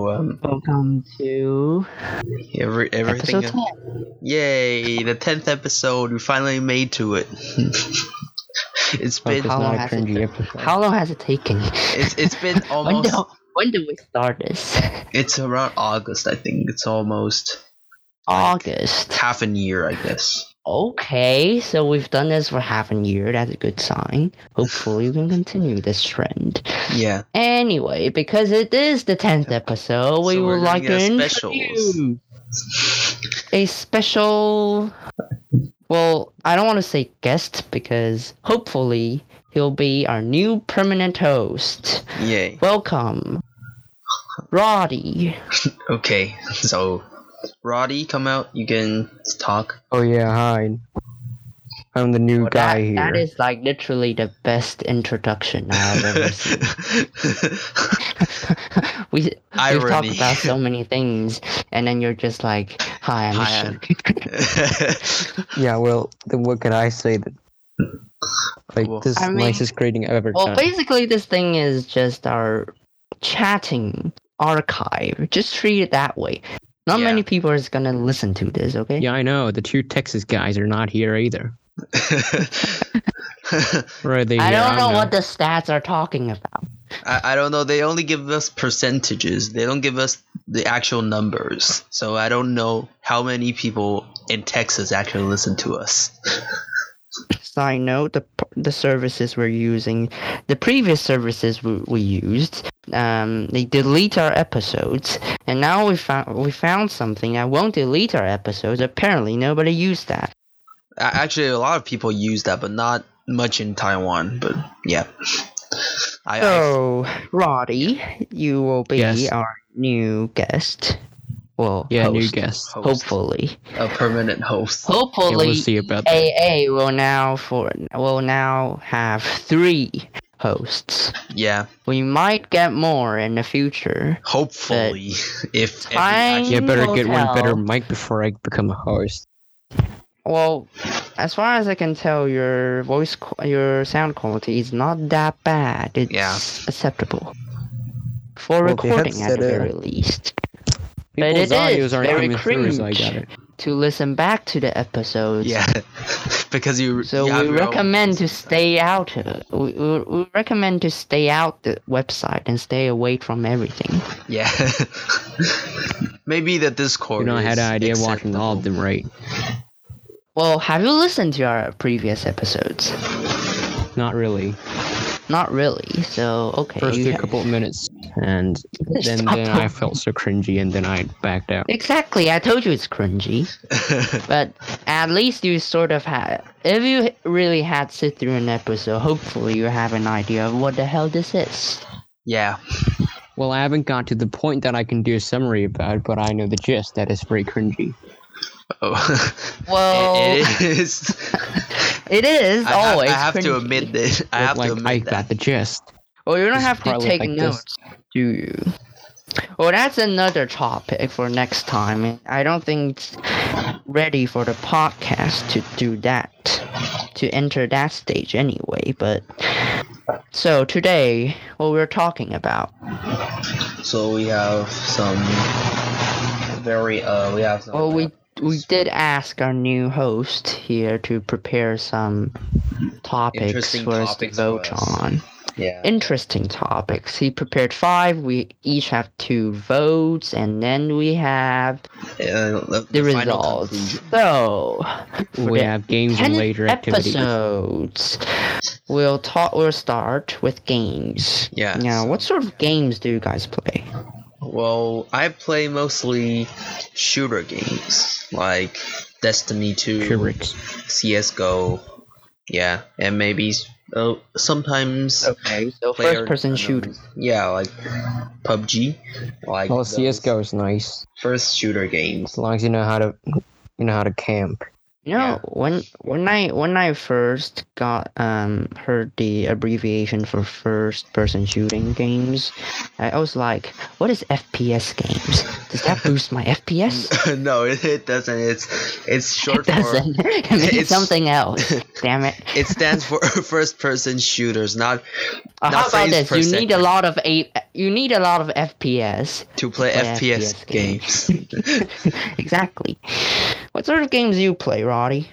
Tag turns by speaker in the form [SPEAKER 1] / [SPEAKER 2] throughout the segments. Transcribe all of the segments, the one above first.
[SPEAKER 1] Welcome to
[SPEAKER 2] Every, Um, everything.
[SPEAKER 1] episode 10.
[SPEAKER 2] Yay! The tenth episode. We finally made to it. it's
[SPEAKER 1] Like,
[SPEAKER 2] been
[SPEAKER 1] how long has it, how long has it taken?
[SPEAKER 2] it's, it's been
[SPEAKER 1] when,
[SPEAKER 2] almost.
[SPEAKER 1] do, when do we start this?
[SPEAKER 2] It's around August, I think. It's almost
[SPEAKER 1] August.
[SPEAKER 2] half a year, I guess.
[SPEAKER 1] Okay, so we've done this for half a year. That's a good sign. Hopefully, we can continue this trend.
[SPEAKER 2] Yeah.
[SPEAKER 1] Anyway, because it is the 10th episode, we
[SPEAKER 2] So we're gonna
[SPEAKER 1] would like to
[SPEAKER 2] get
[SPEAKER 1] specials.
[SPEAKER 2] specials.
[SPEAKER 1] introduce a special. Well, I don't want to say guest because hopefully he'll be our new permanent host.
[SPEAKER 2] Yay.
[SPEAKER 1] Welcome, Roddy.
[SPEAKER 2] Okay. So, Roddy, come out. You can talk.
[SPEAKER 3] Oh yeah, hi. I'm the new
[SPEAKER 1] Well, that-
[SPEAKER 3] guy here.
[SPEAKER 1] That is like literally the best introduction I've ever seen. we we've talked
[SPEAKER 2] Irony.
[SPEAKER 1] about so many things, and then you're just like, "Hi, I'm
[SPEAKER 2] Hi,
[SPEAKER 1] Shane."
[SPEAKER 3] Yeah, well, then what can I say? Then? Like
[SPEAKER 2] Well-
[SPEAKER 3] this is
[SPEAKER 1] I
[SPEAKER 3] the
[SPEAKER 1] mean-
[SPEAKER 3] nicest greeting I've ever
[SPEAKER 1] Well,
[SPEAKER 3] done.
[SPEAKER 1] basically, this thing is just our chatting archive. Just treat it that way. Not
[SPEAKER 2] Yeah.
[SPEAKER 1] many people is gonna listen to this, okay?
[SPEAKER 3] Yeah, I know. The two Texas guys are not here either. Where are they?
[SPEAKER 1] I
[SPEAKER 3] here?
[SPEAKER 1] don't know what
[SPEAKER 3] know.
[SPEAKER 1] the stats are talking about.
[SPEAKER 2] I, I don't know. They only give us percentages. They don't give us the actual numbers. So I don't know how many people in Texas actually listen to us.
[SPEAKER 1] Side note: the p- the services we're using, the previous services we, we used, um, they delete our episodes, and now we found we found something that won't delete our episodes. Apparently, nobody used that.
[SPEAKER 2] A- Actually, a lot of people use that, but not much in Taiwan. But yeah, I,
[SPEAKER 3] Oh,
[SPEAKER 2] I
[SPEAKER 1] So, Roddy, you will be
[SPEAKER 3] Yes.
[SPEAKER 1] our new guest. Well,
[SPEAKER 3] Yeah, new
[SPEAKER 1] host,
[SPEAKER 3] guest.
[SPEAKER 2] host,
[SPEAKER 1] Hopefully,
[SPEAKER 2] a permanent host.
[SPEAKER 3] Yeah,
[SPEAKER 1] hopefully,
[SPEAKER 3] we'll see about that.
[SPEAKER 1] AA will now for will now have three hosts.
[SPEAKER 2] Yeah,
[SPEAKER 1] We might get more in the future.
[SPEAKER 2] hopefully, if every
[SPEAKER 1] Time-
[SPEAKER 3] Yeah, better get one better
[SPEAKER 1] Hotel.
[SPEAKER 3] mic before I become a host.
[SPEAKER 1] Well, as far as I can tell, your voice, qu- your sound quality is not that bad. It's
[SPEAKER 2] Yeah.
[SPEAKER 1] acceptable for
[SPEAKER 3] Well, the
[SPEAKER 1] recording at the
[SPEAKER 3] headset, uh,
[SPEAKER 1] very least. But it is
[SPEAKER 3] People's audios aren't
[SPEAKER 1] very
[SPEAKER 3] coming through, so I got
[SPEAKER 1] cringe.
[SPEAKER 3] it.
[SPEAKER 1] To listen back to the episodes,
[SPEAKER 2] yeah, because you.
[SPEAKER 1] So
[SPEAKER 2] you have
[SPEAKER 1] we
[SPEAKER 2] your own-
[SPEAKER 1] recommend to stay out. uh, We, we, we recommend to stay out the website and stay away from everything.
[SPEAKER 2] Yeah, maybe the Discord.
[SPEAKER 3] You know, I had
[SPEAKER 2] is
[SPEAKER 3] an idea of watching
[SPEAKER 2] acceptable.
[SPEAKER 3] all of them, right?
[SPEAKER 1] Well, have you listened to our previous episodes?
[SPEAKER 3] Not really.
[SPEAKER 1] Not really. So okay.
[SPEAKER 3] First
[SPEAKER 1] you
[SPEAKER 3] a
[SPEAKER 1] ha-
[SPEAKER 3] couple of minutes, and then,
[SPEAKER 1] Stop
[SPEAKER 3] then I felt so cringy, and then I backed out.
[SPEAKER 1] Exactly. I told you it's cringy, but at least you sort of had. If you really had sit through an episode, hopefully you have an idea of what the hell this is.
[SPEAKER 2] yeah,
[SPEAKER 3] Well, I haven't got to the point that I can do a summary about, but I know the gist. That is very cringy.
[SPEAKER 2] oh.
[SPEAKER 1] Well,
[SPEAKER 2] it is.
[SPEAKER 1] it is
[SPEAKER 2] I, ha-
[SPEAKER 1] always.
[SPEAKER 2] I have to
[SPEAKER 1] cringy.
[SPEAKER 2] admit this. I
[SPEAKER 3] But,
[SPEAKER 2] have
[SPEAKER 3] like,
[SPEAKER 2] to admit
[SPEAKER 3] I
[SPEAKER 2] that.
[SPEAKER 3] got the gist.
[SPEAKER 1] Well, you don't
[SPEAKER 3] It's
[SPEAKER 1] have to
[SPEAKER 3] probably
[SPEAKER 1] take
[SPEAKER 3] like this.
[SPEAKER 1] notes, do you? Well, that's another topic for next time. I don't think it's ready for the podcast to do that, to enter that stage anyway. But so today, what we're talking about,
[SPEAKER 2] So we have some very uh we have some
[SPEAKER 1] well, Oh, we we did ask our new host here to prepare some topics
[SPEAKER 2] Interesting
[SPEAKER 1] for us to
[SPEAKER 2] topics for
[SPEAKER 1] vote
[SPEAKER 2] us.
[SPEAKER 1] on.
[SPEAKER 2] yeah
[SPEAKER 1] interesting topics. He prepared five. We each have two votes, and then we have
[SPEAKER 2] uh, the,
[SPEAKER 1] the,
[SPEAKER 2] final
[SPEAKER 1] results.
[SPEAKER 2] conclusion.
[SPEAKER 1] So, for
[SPEAKER 3] We
[SPEAKER 1] the
[SPEAKER 3] have games
[SPEAKER 1] 10
[SPEAKER 3] and later activities.
[SPEAKER 1] episodes, we'll talk. We'll start with games.
[SPEAKER 2] Yeah,
[SPEAKER 1] Now,
[SPEAKER 2] so-
[SPEAKER 1] what sort of games do you guys play?
[SPEAKER 2] Well, I play mostly shooter games like Destiny Two,
[SPEAKER 3] Shurik's.
[SPEAKER 2] CS:GO, yeah, and maybe uh, sometimes
[SPEAKER 1] Okay, so
[SPEAKER 2] player
[SPEAKER 1] first-person
[SPEAKER 2] unknown.
[SPEAKER 1] shooters.
[SPEAKER 2] Yeah, like PUBG, like
[SPEAKER 1] Oh,
[SPEAKER 3] Well,
[SPEAKER 2] those
[SPEAKER 3] CS:GO is nice
[SPEAKER 2] first shooter games.
[SPEAKER 3] as long as you know how to, you know how to camp.
[SPEAKER 1] You
[SPEAKER 2] Yeah.
[SPEAKER 1] know, when when I when I first got um heard the abbreviation for first person shooting games, I was like, what is FPS games? Does that boost my FPS?
[SPEAKER 2] no, it, it doesn't. It's it's
[SPEAKER 1] It
[SPEAKER 2] short for
[SPEAKER 1] doesn't. It means
[SPEAKER 2] It's-
[SPEAKER 1] something else. Damn it.
[SPEAKER 2] it stands for first person shooters, not
[SPEAKER 1] Uh,
[SPEAKER 2] Not
[SPEAKER 1] how about
[SPEAKER 2] frames
[SPEAKER 1] this?
[SPEAKER 2] per
[SPEAKER 1] You
[SPEAKER 2] second.
[SPEAKER 1] need a lot of a you need a lot of FPS.
[SPEAKER 2] to play
[SPEAKER 1] Play
[SPEAKER 2] FPS,
[SPEAKER 1] FPS
[SPEAKER 2] games.
[SPEAKER 1] exactly. What sort of games do you play, Roddy?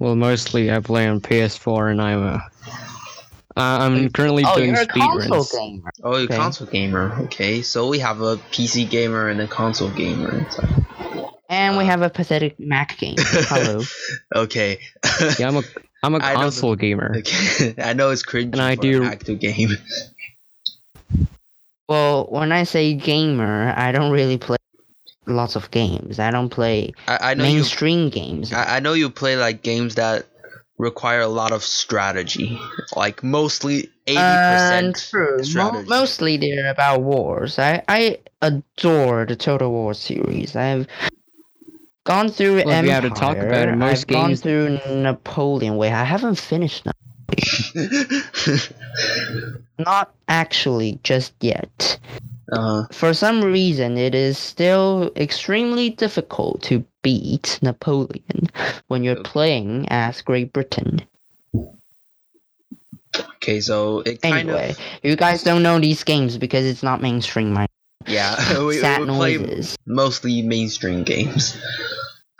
[SPEAKER 3] Well, mostly I play on PS4, and I'm uh, I- I'm currently
[SPEAKER 1] Oh,
[SPEAKER 3] doing
[SPEAKER 1] you're a console
[SPEAKER 3] speedruns.
[SPEAKER 1] gamer.
[SPEAKER 2] oh, you
[SPEAKER 1] Okay.
[SPEAKER 2] console gamer. Okay, so we have a PC gamer and a console gamer.
[SPEAKER 1] And we
[SPEAKER 2] Uh,
[SPEAKER 1] have a pathetic Mac game. Hello.
[SPEAKER 2] Okay,
[SPEAKER 3] Yeah, I'm a I'm a
[SPEAKER 2] I know the-
[SPEAKER 3] console gamer.
[SPEAKER 2] okay. I know it's cringe.
[SPEAKER 3] And I
[SPEAKER 2] for
[SPEAKER 3] do-
[SPEAKER 2] an active game.
[SPEAKER 1] well, when I say gamer, I don't really play lots of games. I don't play
[SPEAKER 2] I, I know you.
[SPEAKER 1] mainstream games.
[SPEAKER 2] I, I know you play like games that require a lot of strategy, like mostly eighty
[SPEAKER 1] And
[SPEAKER 2] percent.
[SPEAKER 1] true. Mo-
[SPEAKER 2] strategy.
[SPEAKER 1] mostly they're about wars. I, I adore the Total War series. I've gone through
[SPEAKER 3] Well, if
[SPEAKER 1] Empire.
[SPEAKER 3] we had to talk about it, most
[SPEAKER 1] I've gone
[SPEAKER 3] games-
[SPEAKER 1] through Napoleon. Wait, I haven't finished them. Not actually just yet.
[SPEAKER 2] uh,
[SPEAKER 1] For some reason, it is still extremely difficult to beat Napoleon when you're playing as Great Britain.
[SPEAKER 2] okay, so it kind
[SPEAKER 1] Anyway,
[SPEAKER 2] of
[SPEAKER 1] you guys don't know these games because it's not mainstream. My
[SPEAKER 2] yeah. We, we
[SPEAKER 1] sad
[SPEAKER 2] play
[SPEAKER 1] noises.
[SPEAKER 2] mostly mainstream games.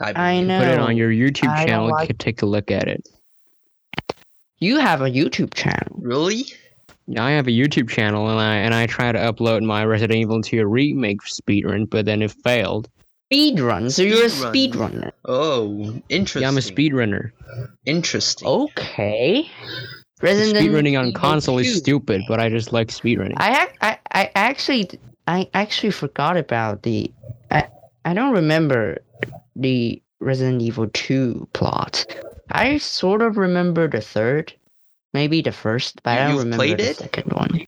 [SPEAKER 1] I
[SPEAKER 2] believe.
[SPEAKER 1] know.
[SPEAKER 3] Put it on your YouTube
[SPEAKER 1] I don't
[SPEAKER 3] channel. and
[SPEAKER 1] like-
[SPEAKER 3] could take a look at it.
[SPEAKER 1] You have a YouTube channel.
[SPEAKER 2] Really?
[SPEAKER 3] I have a YouTube channel, and I and I try to upload my Resident Evil 2 remake speedrun, but then it failed.
[SPEAKER 1] Speedrun. So you're a
[SPEAKER 2] Speedrun.
[SPEAKER 1] speedrunner.
[SPEAKER 2] Oh, interesting.
[SPEAKER 3] Yeah, I'm a speedrunner.
[SPEAKER 2] Interesting.
[SPEAKER 1] Oh, Okay. Resident
[SPEAKER 3] Speedrunning on
[SPEAKER 1] Evil
[SPEAKER 3] console
[SPEAKER 1] 2.
[SPEAKER 3] is stupid, but I just like speedrunning.
[SPEAKER 1] I, ac- I I actually I actually forgot about the I I don't remember the Resident Evil 2 plot. I sort of remember the third, maybe the first, but I don't
[SPEAKER 2] You've
[SPEAKER 1] remember
[SPEAKER 2] played
[SPEAKER 1] the
[SPEAKER 2] it?
[SPEAKER 1] second one.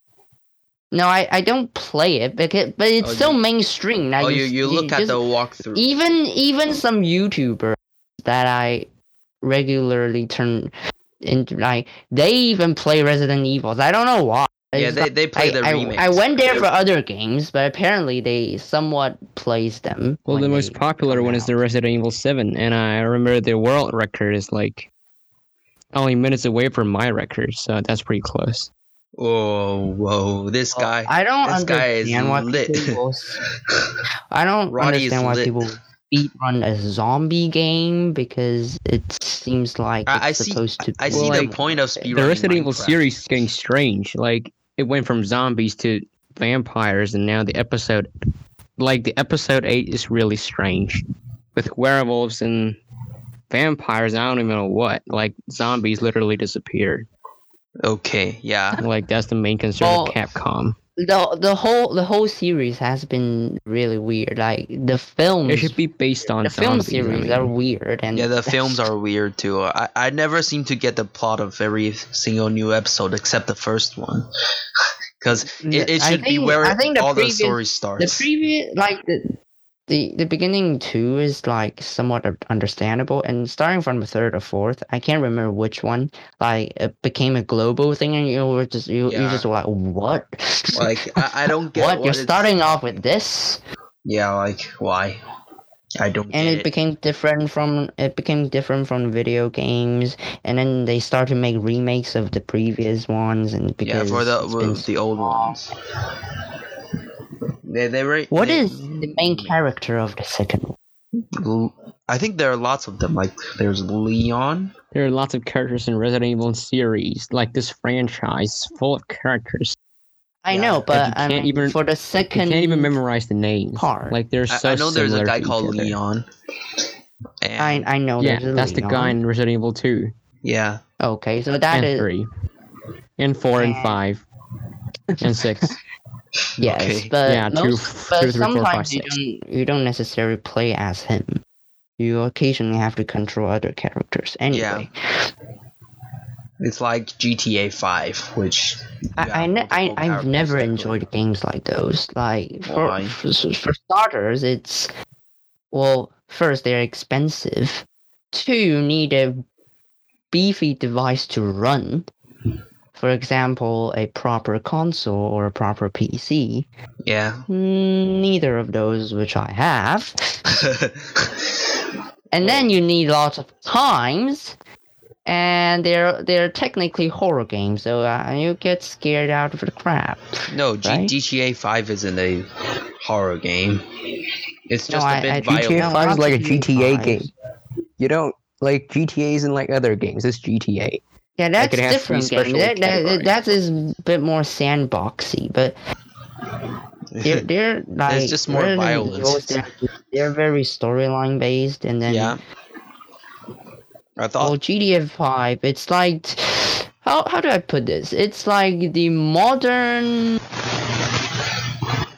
[SPEAKER 1] No, I, I don't play it because but it's
[SPEAKER 2] Oh,
[SPEAKER 1] so
[SPEAKER 2] you-
[SPEAKER 1] mainstream. Now
[SPEAKER 2] oh, you, you look at
[SPEAKER 1] just- E
[SPEAKER 2] the walkthrough.
[SPEAKER 1] even even some YouTuber that I regularly turn into like they even play Resident Evils. I don't know why. I
[SPEAKER 2] yeah,
[SPEAKER 1] just
[SPEAKER 2] they, they play
[SPEAKER 1] I,
[SPEAKER 2] the
[SPEAKER 1] I-
[SPEAKER 2] remake.
[SPEAKER 1] I went there for other games, but apparently they somewhat plays them.
[SPEAKER 3] well,
[SPEAKER 1] when
[SPEAKER 3] the most
[SPEAKER 1] they
[SPEAKER 3] popular
[SPEAKER 1] come
[SPEAKER 3] one is
[SPEAKER 1] out.
[SPEAKER 3] the Resident Evil 7, and I remember the world record is like only minutes away from my record, so that's pretty close.
[SPEAKER 2] Oh, whoa! This
[SPEAKER 1] Well,
[SPEAKER 2] guy.
[SPEAKER 1] I don't
[SPEAKER 2] this guy is
[SPEAKER 1] understand why
[SPEAKER 2] lit.
[SPEAKER 1] people. s- I don't
[SPEAKER 2] Roddy is
[SPEAKER 1] understand why
[SPEAKER 2] lit.
[SPEAKER 1] people beat run a zombie game because it seems like
[SPEAKER 2] I- I
[SPEAKER 1] it's
[SPEAKER 2] see-
[SPEAKER 1] supposed to.
[SPEAKER 2] I
[SPEAKER 1] be
[SPEAKER 2] see
[SPEAKER 1] like
[SPEAKER 2] the point of
[SPEAKER 1] that.
[SPEAKER 2] speedrunning.
[SPEAKER 3] the Resident Evil
[SPEAKER 2] Minecraft.
[SPEAKER 3] series is getting strange. Like it went from zombies to vampires, and now the episode, like the episode eight, is really strange, with werewolves and vampires. I don't even know what. Like zombies literally disappeared.
[SPEAKER 2] Okay, yeah.
[SPEAKER 3] Like that's the main concern
[SPEAKER 1] Well-
[SPEAKER 3] of Capcom.
[SPEAKER 1] the the whole the whole series has been really weird. Like the films,
[SPEAKER 3] It should be based on
[SPEAKER 1] hmm. the film
[SPEAKER 3] zombies. I
[SPEAKER 1] series
[SPEAKER 3] mean.
[SPEAKER 1] are weird, and
[SPEAKER 2] Yeah, the films are weird too. I, I never seem to get the plot of every single new episode except the first one. Because it, it
[SPEAKER 1] I
[SPEAKER 2] should be
[SPEAKER 1] think-
[SPEAKER 2] where
[SPEAKER 1] I think the
[SPEAKER 2] all
[SPEAKER 1] previous-
[SPEAKER 2] the story
[SPEAKER 1] the
[SPEAKER 2] starts.
[SPEAKER 1] previous like the. The, the beginning two is like somewhat un- understandable, and starting from the third or fourth, I can't remember which one. Like it became a global thing, and you were just you, you
[SPEAKER 2] Yeah.
[SPEAKER 1] just were like what?
[SPEAKER 2] like, I, I don't get
[SPEAKER 1] what?
[SPEAKER 2] what,
[SPEAKER 1] You're
[SPEAKER 2] it's-
[SPEAKER 1] starting off with this,
[SPEAKER 2] Yeah, like, why? I don't
[SPEAKER 1] and
[SPEAKER 2] get
[SPEAKER 1] it became different from it became different from video games, and then they start to make remakes of the previous ones, and
[SPEAKER 2] Yeah,
[SPEAKER 1] because
[SPEAKER 2] for the
[SPEAKER 1] it's
[SPEAKER 2] well,
[SPEAKER 1] been
[SPEAKER 2] the old ones. They they were.
[SPEAKER 1] What
[SPEAKER 2] they-
[SPEAKER 1] is the main character of the second one?
[SPEAKER 2] I think there are lots of them. Like there's Leon.
[SPEAKER 3] There are lots of characters in Resident Evil series. Like this franchise is full of characters.
[SPEAKER 1] I
[SPEAKER 2] Yeah,
[SPEAKER 1] know,
[SPEAKER 2] but
[SPEAKER 1] but
[SPEAKER 3] you
[SPEAKER 1] I
[SPEAKER 3] can't
[SPEAKER 1] mean,
[SPEAKER 3] even-
[SPEAKER 1] for the
[SPEAKER 3] You
[SPEAKER 1] second,
[SPEAKER 3] can't even memorize the names.
[SPEAKER 1] Part.
[SPEAKER 3] Like they're
[SPEAKER 2] I-
[SPEAKER 3] so
[SPEAKER 2] I, know there's a
[SPEAKER 3] similar
[SPEAKER 2] guy
[SPEAKER 3] to
[SPEAKER 2] called
[SPEAKER 3] each other.
[SPEAKER 2] Leon. And,
[SPEAKER 1] I I know.
[SPEAKER 3] Yeah,
[SPEAKER 1] there's a
[SPEAKER 3] that's the guy
[SPEAKER 1] Leon.
[SPEAKER 3] in Resident Evil 2
[SPEAKER 2] yeah.
[SPEAKER 1] Okay, so that
[SPEAKER 3] and
[SPEAKER 1] is
[SPEAKER 3] 3 and 4 and
[SPEAKER 1] And-
[SPEAKER 3] 5 and 6.
[SPEAKER 1] yes,
[SPEAKER 2] Okay.
[SPEAKER 1] but
[SPEAKER 3] Yeah, two,
[SPEAKER 1] most,
[SPEAKER 3] f-
[SPEAKER 1] but
[SPEAKER 3] two, three, four, five,
[SPEAKER 1] sometimes you
[SPEAKER 3] six.
[SPEAKER 1] don't you don't necessarily play as him. You occasionally have to control other characters. Anyway,
[SPEAKER 2] It's like GTA 5, which
[SPEAKER 1] I
[SPEAKER 2] you
[SPEAKER 1] I,
[SPEAKER 2] have
[SPEAKER 1] ne- I
[SPEAKER 2] multiple
[SPEAKER 1] I've
[SPEAKER 2] characters
[SPEAKER 1] never
[SPEAKER 2] that go-
[SPEAKER 1] enjoyed games like those. Like for,
[SPEAKER 2] Why?
[SPEAKER 1] for for starters, it's well first they're expensive. two need a beefy device to run. For example, a proper console or a proper PC.
[SPEAKER 2] Yeah.
[SPEAKER 1] Mm, Neither of those, which I have. And then you need lots of times, and they're they're technically horror games, so uh, you get scared out of the crap.
[SPEAKER 2] no, G-
[SPEAKER 1] Right?
[SPEAKER 2] GTA 5 isn't a horror game. It's
[SPEAKER 1] No,
[SPEAKER 2] just
[SPEAKER 1] I-
[SPEAKER 2] a bit
[SPEAKER 1] I-
[SPEAKER 2] violent.
[SPEAKER 3] GTA
[SPEAKER 1] No,
[SPEAKER 3] 5 is
[SPEAKER 1] not
[SPEAKER 3] like a
[SPEAKER 1] GTA
[SPEAKER 3] GTA
[SPEAKER 1] 5.
[SPEAKER 3] game. You don't like GTA isn't like other games. It's GTA.
[SPEAKER 1] Yeah, that's
[SPEAKER 3] it has three
[SPEAKER 1] different game.
[SPEAKER 3] special
[SPEAKER 1] That, that,
[SPEAKER 3] categories.
[SPEAKER 1] that is a bit more sandboxy, but they're they're like
[SPEAKER 2] just more
[SPEAKER 1] really
[SPEAKER 2] violence.
[SPEAKER 1] goes down to- They're very storyline based, and then
[SPEAKER 2] yeah. I
[SPEAKER 1] Oh,
[SPEAKER 2] thought.
[SPEAKER 1] GTA 5. It's like how how do I put this? It's like the modern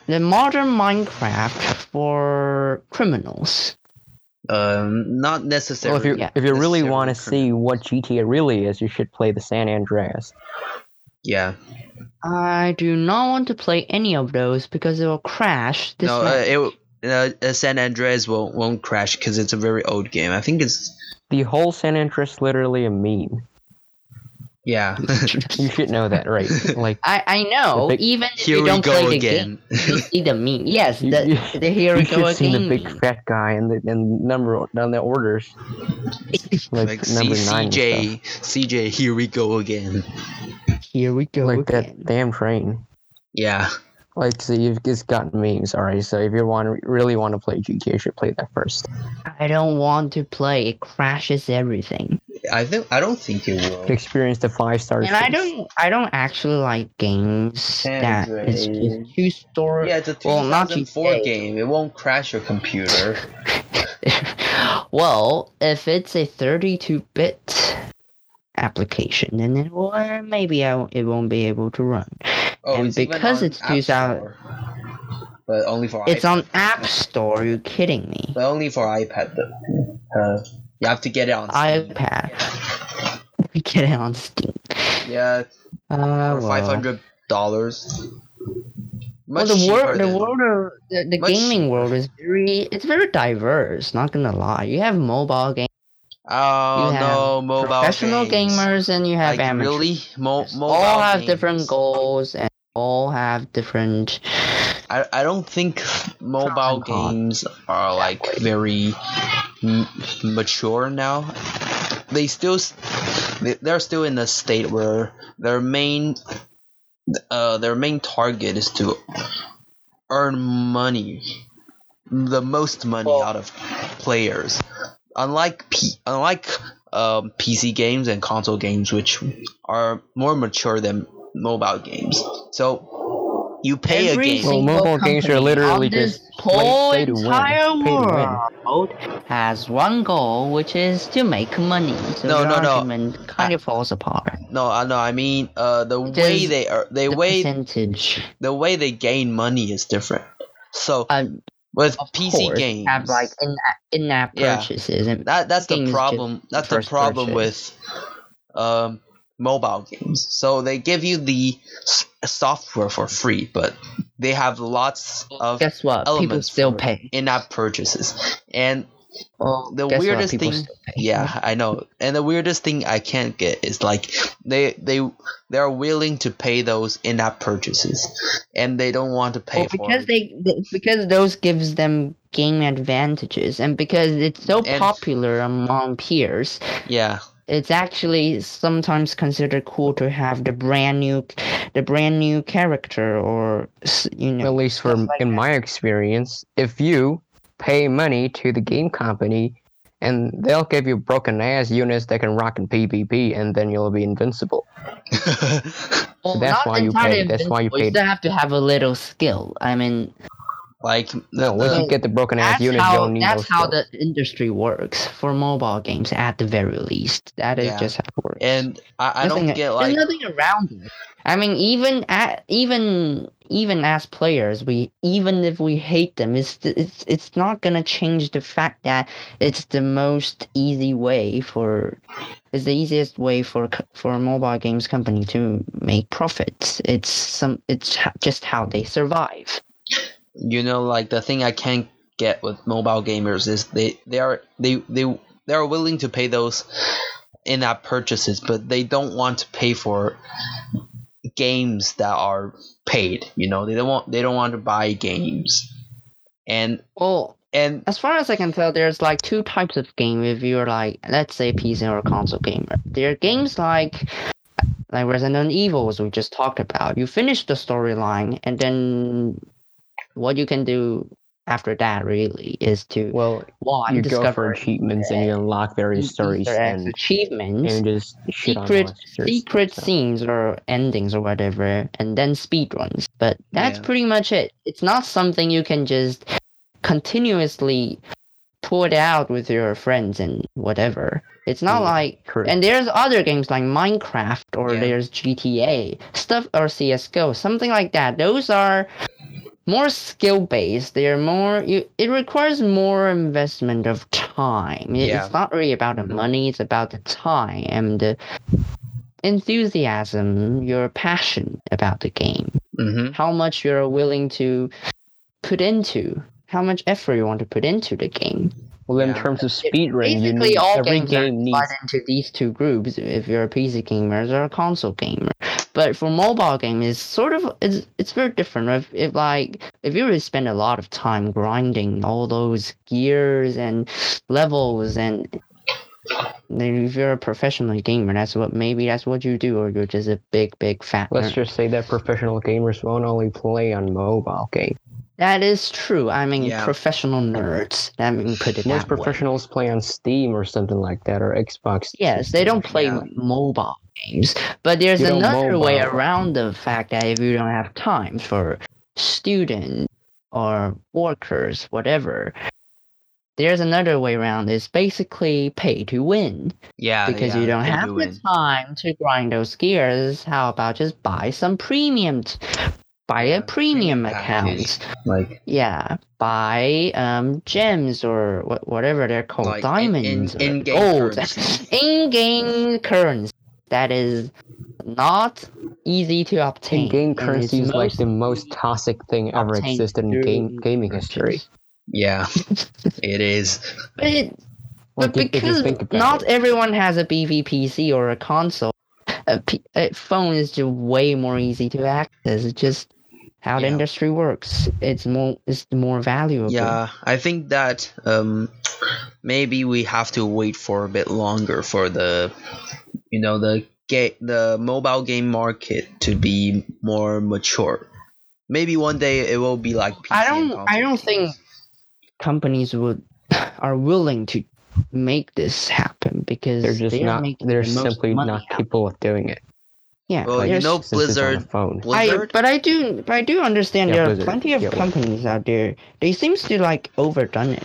[SPEAKER 1] the modern Minecraft for criminals.
[SPEAKER 2] Um, not necessarily.
[SPEAKER 3] Well, if you
[SPEAKER 1] Yeah.
[SPEAKER 3] if you really
[SPEAKER 2] Necessarily
[SPEAKER 3] want to
[SPEAKER 2] criminal.
[SPEAKER 3] see what GTA really is, you should play the San Andreas.
[SPEAKER 2] yeah.
[SPEAKER 1] I do not want to play any of those because it will crash. This
[SPEAKER 2] no,
[SPEAKER 1] map.
[SPEAKER 2] uh, it, w- uh, uh, San Andreas won't won't crash because it's a very old game. I think it's
[SPEAKER 3] The whole San Andreas is literally a meme.
[SPEAKER 2] yeah.
[SPEAKER 3] You should know that, right? Like
[SPEAKER 1] I I know.
[SPEAKER 3] The big-
[SPEAKER 1] even if
[SPEAKER 2] Here
[SPEAKER 1] you
[SPEAKER 2] we
[SPEAKER 1] don't
[SPEAKER 2] go
[SPEAKER 1] play the game,
[SPEAKER 2] again.
[SPEAKER 1] you see the meme. Yes,
[SPEAKER 3] You-
[SPEAKER 1] the,
[SPEAKER 3] you-
[SPEAKER 1] the here we
[SPEAKER 3] you
[SPEAKER 1] go
[SPEAKER 3] should see
[SPEAKER 1] again.
[SPEAKER 3] the big
[SPEAKER 1] meme.
[SPEAKER 3] fat guy and the and number down the orders. Like,
[SPEAKER 2] Like
[SPEAKER 3] number
[SPEAKER 2] C-
[SPEAKER 3] nine. and
[SPEAKER 2] CJ,
[SPEAKER 3] stuff.
[SPEAKER 2] CJ, here we go again.
[SPEAKER 1] Here we go
[SPEAKER 3] Like
[SPEAKER 1] again.
[SPEAKER 3] that damn train.
[SPEAKER 2] Yeah,
[SPEAKER 3] Like so you've just got memes, alright. So if you want really want to play GTA, you should play that first.
[SPEAKER 1] I don't want to play. It crashes everything.
[SPEAKER 2] I think I don't think it will.
[SPEAKER 3] Experience the five stars.
[SPEAKER 1] And I don't, I don't actually like games
[SPEAKER 2] San
[SPEAKER 1] that
[SPEAKER 2] Andreas.
[SPEAKER 1] is just too story.
[SPEAKER 2] Yeah, it's a
[SPEAKER 1] Well, not
[SPEAKER 2] 2004
[SPEAKER 1] GTA.
[SPEAKER 2] game. It won't crash your computer.
[SPEAKER 1] well, if it's a 32-bit application, then it, or maybe I, won't- it won't be able to run.
[SPEAKER 2] Oh,
[SPEAKER 1] And
[SPEAKER 2] even
[SPEAKER 1] because
[SPEAKER 2] on
[SPEAKER 1] it's
[SPEAKER 2] App
[SPEAKER 1] 2000
[SPEAKER 2] Store. but only for
[SPEAKER 1] It's
[SPEAKER 2] iPad.
[SPEAKER 1] on App Store. Are you kidding me?
[SPEAKER 2] but only for iPad though. Uh, you have to get it on. Steam.
[SPEAKER 1] iPad. We get it on Steam.
[SPEAKER 2] Yeah,
[SPEAKER 1] Uh,
[SPEAKER 2] for five
[SPEAKER 1] well.
[SPEAKER 2] hundred dollars.
[SPEAKER 1] Well,
[SPEAKER 2] Much
[SPEAKER 1] the
[SPEAKER 2] cheaper
[SPEAKER 1] world, the
[SPEAKER 2] than-
[SPEAKER 1] world of the, the
[SPEAKER 2] much
[SPEAKER 1] gaming world is very, it's very diverse. Not gonna lie, you have mobile games,
[SPEAKER 2] Oh
[SPEAKER 1] You have
[SPEAKER 2] no, mobile
[SPEAKER 1] professional
[SPEAKER 2] games.
[SPEAKER 1] gamers, and you have
[SPEAKER 2] like,
[SPEAKER 1] amateurs.
[SPEAKER 2] Really, Mo-
[SPEAKER 1] Yes.
[SPEAKER 2] mobile
[SPEAKER 1] all have
[SPEAKER 2] games.
[SPEAKER 1] different goals and all have different
[SPEAKER 2] I, I don't think mobile
[SPEAKER 1] and cons.
[SPEAKER 2] games are like very m- mature now. They still s- they- they're still in a state where their main uh their main target is to earn money, the most money
[SPEAKER 1] Well-
[SPEAKER 2] out of players. Unlike P- unlike um, PC games and console games, which are more mature than mobile games. So you pay
[SPEAKER 1] every
[SPEAKER 2] a game.
[SPEAKER 1] single
[SPEAKER 3] Well, mobile games are
[SPEAKER 1] company
[SPEAKER 3] literally
[SPEAKER 1] on this
[SPEAKER 3] just play-
[SPEAKER 1] whole
[SPEAKER 3] play to win,
[SPEAKER 1] entire
[SPEAKER 3] pay to win.
[SPEAKER 1] world has one goal which is to make money so
[SPEAKER 2] No,
[SPEAKER 1] your
[SPEAKER 2] no, no.
[SPEAKER 1] argument kind of falls apart
[SPEAKER 2] No, I no, I mean, uh, the
[SPEAKER 1] It
[SPEAKER 2] way
[SPEAKER 1] is
[SPEAKER 2] they are, they
[SPEAKER 1] the
[SPEAKER 2] way
[SPEAKER 1] percentage
[SPEAKER 2] the way they gain money is different. So
[SPEAKER 1] um,
[SPEAKER 2] with
[SPEAKER 1] of
[SPEAKER 2] PC
[SPEAKER 1] course,
[SPEAKER 2] games,
[SPEAKER 1] have like in in-app
[SPEAKER 2] Yeah.
[SPEAKER 1] purchases and
[SPEAKER 2] that that's
[SPEAKER 1] games
[SPEAKER 2] the
[SPEAKER 1] just
[SPEAKER 2] problem. That's the
[SPEAKER 1] first
[SPEAKER 2] problem
[SPEAKER 1] purchase.
[SPEAKER 2] with um mobile games. So they give you the s- software for free, but they have lots of
[SPEAKER 1] guess what people
[SPEAKER 2] elements
[SPEAKER 1] still
[SPEAKER 2] for
[SPEAKER 1] pay
[SPEAKER 2] in-app purchases, and
[SPEAKER 1] well,
[SPEAKER 2] the
[SPEAKER 1] guess what?
[SPEAKER 2] weirdest
[SPEAKER 1] People
[SPEAKER 2] thing-
[SPEAKER 1] still pay.
[SPEAKER 2] Yeah, I know. And the weirdest thing I can't get is like they they they are willing to pay those in-app purchases, and they don't want to pay
[SPEAKER 1] Well,
[SPEAKER 2] for
[SPEAKER 1] Oh, because
[SPEAKER 2] it.
[SPEAKER 1] they th- because those gives them game advantages and because it's so
[SPEAKER 2] And-
[SPEAKER 1] popular among peers
[SPEAKER 2] yeah,
[SPEAKER 1] it's actually sometimes considered cool to have the brand new the brand new character or s- you know
[SPEAKER 3] at least for
[SPEAKER 1] Stuff like
[SPEAKER 3] in
[SPEAKER 1] that.
[SPEAKER 3] my experience, if you pay money to the game company and they'll give you broken ass units that can rock in PvP and then you'll be invincible.
[SPEAKER 1] Well, not
[SPEAKER 3] that's why you
[SPEAKER 1] entirely
[SPEAKER 3] pay- that's why you
[SPEAKER 1] invincible,
[SPEAKER 3] pay-
[SPEAKER 1] still have to have a little skill i mean
[SPEAKER 2] like the-
[SPEAKER 3] No, once
[SPEAKER 2] the-
[SPEAKER 3] you get the broken ass
[SPEAKER 1] that's
[SPEAKER 3] units, you
[SPEAKER 1] how
[SPEAKER 3] don't need
[SPEAKER 1] that's
[SPEAKER 3] no
[SPEAKER 1] how
[SPEAKER 3] skill.
[SPEAKER 1] the industry works for mobile games at the very least that is
[SPEAKER 2] Yeah.
[SPEAKER 1] just how it works
[SPEAKER 2] and I, I don't
[SPEAKER 1] Nothing-
[SPEAKER 2] get like
[SPEAKER 1] there's nothing around it. I mean, even at, even even as players, we even if we hate them, it's it's it's not gonna change the fact that it's the most easy way for it's the easiest way for c- for a mobile games company to make profits. It's some it's ho- just how they survive.
[SPEAKER 2] you know like the thing I can't get with mobile gamers is they they are they they they're willing to pay those in-app purchases, but they don't want to pay for games that are paid. You know, they don't want they don't want to buy games, and
[SPEAKER 1] Well,
[SPEAKER 2] and
[SPEAKER 1] as far as I can tell, there's like two types of game. If you're like, let's say PC or console gamer, there are games like like Resident Evil, as we just talked about. You finish the storyline, and then what you can do after that really is to
[SPEAKER 3] Well,
[SPEAKER 1] one
[SPEAKER 3] you go for
[SPEAKER 1] discover
[SPEAKER 3] achievements and you unlock various stories
[SPEAKER 1] Easter eggs,
[SPEAKER 3] and,
[SPEAKER 1] achievements,
[SPEAKER 3] and just shit on
[SPEAKER 1] secret
[SPEAKER 3] monsters,
[SPEAKER 1] secret
[SPEAKER 3] so.
[SPEAKER 1] scenes or endings or whatever, and then speed runs. But that's
[SPEAKER 2] Yeah.
[SPEAKER 1] pretty much it. It's not something you can just continuously pour it out with your friends and whatever. It's not
[SPEAKER 3] Yeah,
[SPEAKER 1] like
[SPEAKER 3] Correct.
[SPEAKER 1] and there's other games like Minecraft or
[SPEAKER 2] Yeah.
[SPEAKER 1] there's GTA stuff or CS:GO, something like that. Those are more skill based. They're more you, it requires more investment of time.
[SPEAKER 2] Yeah.
[SPEAKER 1] It-
[SPEAKER 2] Mm-hmm.
[SPEAKER 1] It's not really about the money, it's about the time and the enthusiasm, your passion about the game.
[SPEAKER 2] mhm.
[SPEAKER 1] How much you're willing to put into how much effort you want to put into the game.
[SPEAKER 3] well, in
[SPEAKER 2] yeah.
[SPEAKER 3] terms of speedrun, you
[SPEAKER 1] Basically,
[SPEAKER 3] need
[SPEAKER 1] all
[SPEAKER 3] every
[SPEAKER 1] games are
[SPEAKER 3] game needs
[SPEAKER 1] divided into these two groups if you're a PC gamer or a console gamer. But for mobile game, it's sort of it's it's very different. If, if like if you really spend a lot of time grinding all those gears and levels and then if you're a professional gamer, that's what maybe that's what you do, or you're just a big big fat.
[SPEAKER 3] Let's
[SPEAKER 1] nerd.
[SPEAKER 3] just say that professional gamers won't only play on mobile games.
[SPEAKER 1] that is true. I mean,
[SPEAKER 2] Yeah.
[SPEAKER 1] professional nerds. I mean, put it
[SPEAKER 3] Most
[SPEAKER 1] that way.
[SPEAKER 3] professionals play on Steam or something like that, or Xbox.
[SPEAKER 1] Yes, they don't play
[SPEAKER 2] Yeah.
[SPEAKER 1] mobile games, but there's
[SPEAKER 3] You don't
[SPEAKER 1] another way
[SPEAKER 3] mobile.
[SPEAKER 1] around the fact that if you don't have time for student or workers, whatever, there's another way around. It's basically pay to win
[SPEAKER 2] yeah,
[SPEAKER 1] because
[SPEAKER 2] yeah,
[SPEAKER 1] you don't
[SPEAKER 2] they
[SPEAKER 1] have
[SPEAKER 2] do
[SPEAKER 1] the
[SPEAKER 2] it.
[SPEAKER 1] time to grind those gears. How about just buy some premium? T- buy
[SPEAKER 2] Yeah,
[SPEAKER 1] a
[SPEAKER 2] premium
[SPEAKER 1] premium
[SPEAKER 2] package.
[SPEAKER 1] account.
[SPEAKER 2] like
[SPEAKER 1] Yeah, buy um gems or wha- whatever they're called,
[SPEAKER 2] Like, in- in-
[SPEAKER 1] diamonds or
[SPEAKER 2] in-game
[SPEAKER 1] gold,
[SPEAKER 2] currency.
[SPEAKER 1] in-game currency that is not easy to obtain.
[SPEAKER 3] In game
[SPEAKER 1] and it's
[SPEAKER 3] currency is like the most
[SPEAKER 1] mostly
[SPEAKER 3] toxic thing ever
[SPEAKER 1] obtained
[SPEAKER 3] existed in
[SPEAKER 1] through
[SPEAKER 3] game gaming history.
[SPEAKER 1] purchase.
[SPEAKER 2] yeah, it is.
[SPEAKER 1] But, it,
[SPEAKER 3] Like,
[SPEAKER 1] but
[SPEAKER 3] if- if you
[SPEAKER 1] because
[SPEAKER 3] think about
[SPEAKER 1] not
[SPEAKER 3] it.
[SPEAKER 1] everyone has a BVPC or a console, a, P- a phone is just way more easy to access. It's just how the
[SPEAKER 2] Yeah.
[SPEAKER 1] industry works. It's more it's more valuable.
[SPEAKER 2] Yeah, I think that um, maybe we have to wait for a bit longer for the, you know, the ga- the mobile game market to be more mature. Maybe one day it will be like. PC
[SPEAKER 1] I
[SPEAKER 2] and
[SPEAKER 1] don't. I
[SPEAKER 2] console
[SPEAKER 1] don't think
[SPEAKER 2] games.
[SPEAKER 1] companies would are willing to make this happen because
[SPEAKER 3] They're just
[SPEAKER 1] they are
[SPEAKER 3] not.
[SPEAKER 1] making
[SPEAKER 3] They're
[SPEAKER 1] the most
[SPEAKER 3] simply
[SPEAKER 1] money
[SPEAKER 3] not
[SPEAKER 1] out-
[SPEAKER 3] capable of doing it.
[SPEAKER 1] Yeah,
[SPEAKER 2] Well, you
[SPEAKER 1] there's-
[SPEAKER 2] know,
[SPEAKER 3] since it's on the
[SPEAKER 2] Blizzard-
[SPEAKER 3] phone.
[SPEAKER 1] I,
[SPEAKER 2] Blizzard.
[SPEAKER 1] but I do, but I do understand
[SPEAKER 3] Yeah,
[SPEAKER 1] there are
[SPEAKER 3] Blizzard,
[SPEAKER 1] plenty of
[SPEAKER 3] yeah, well.
[SPEAKER 1] companies out there. They seems to like overdone it.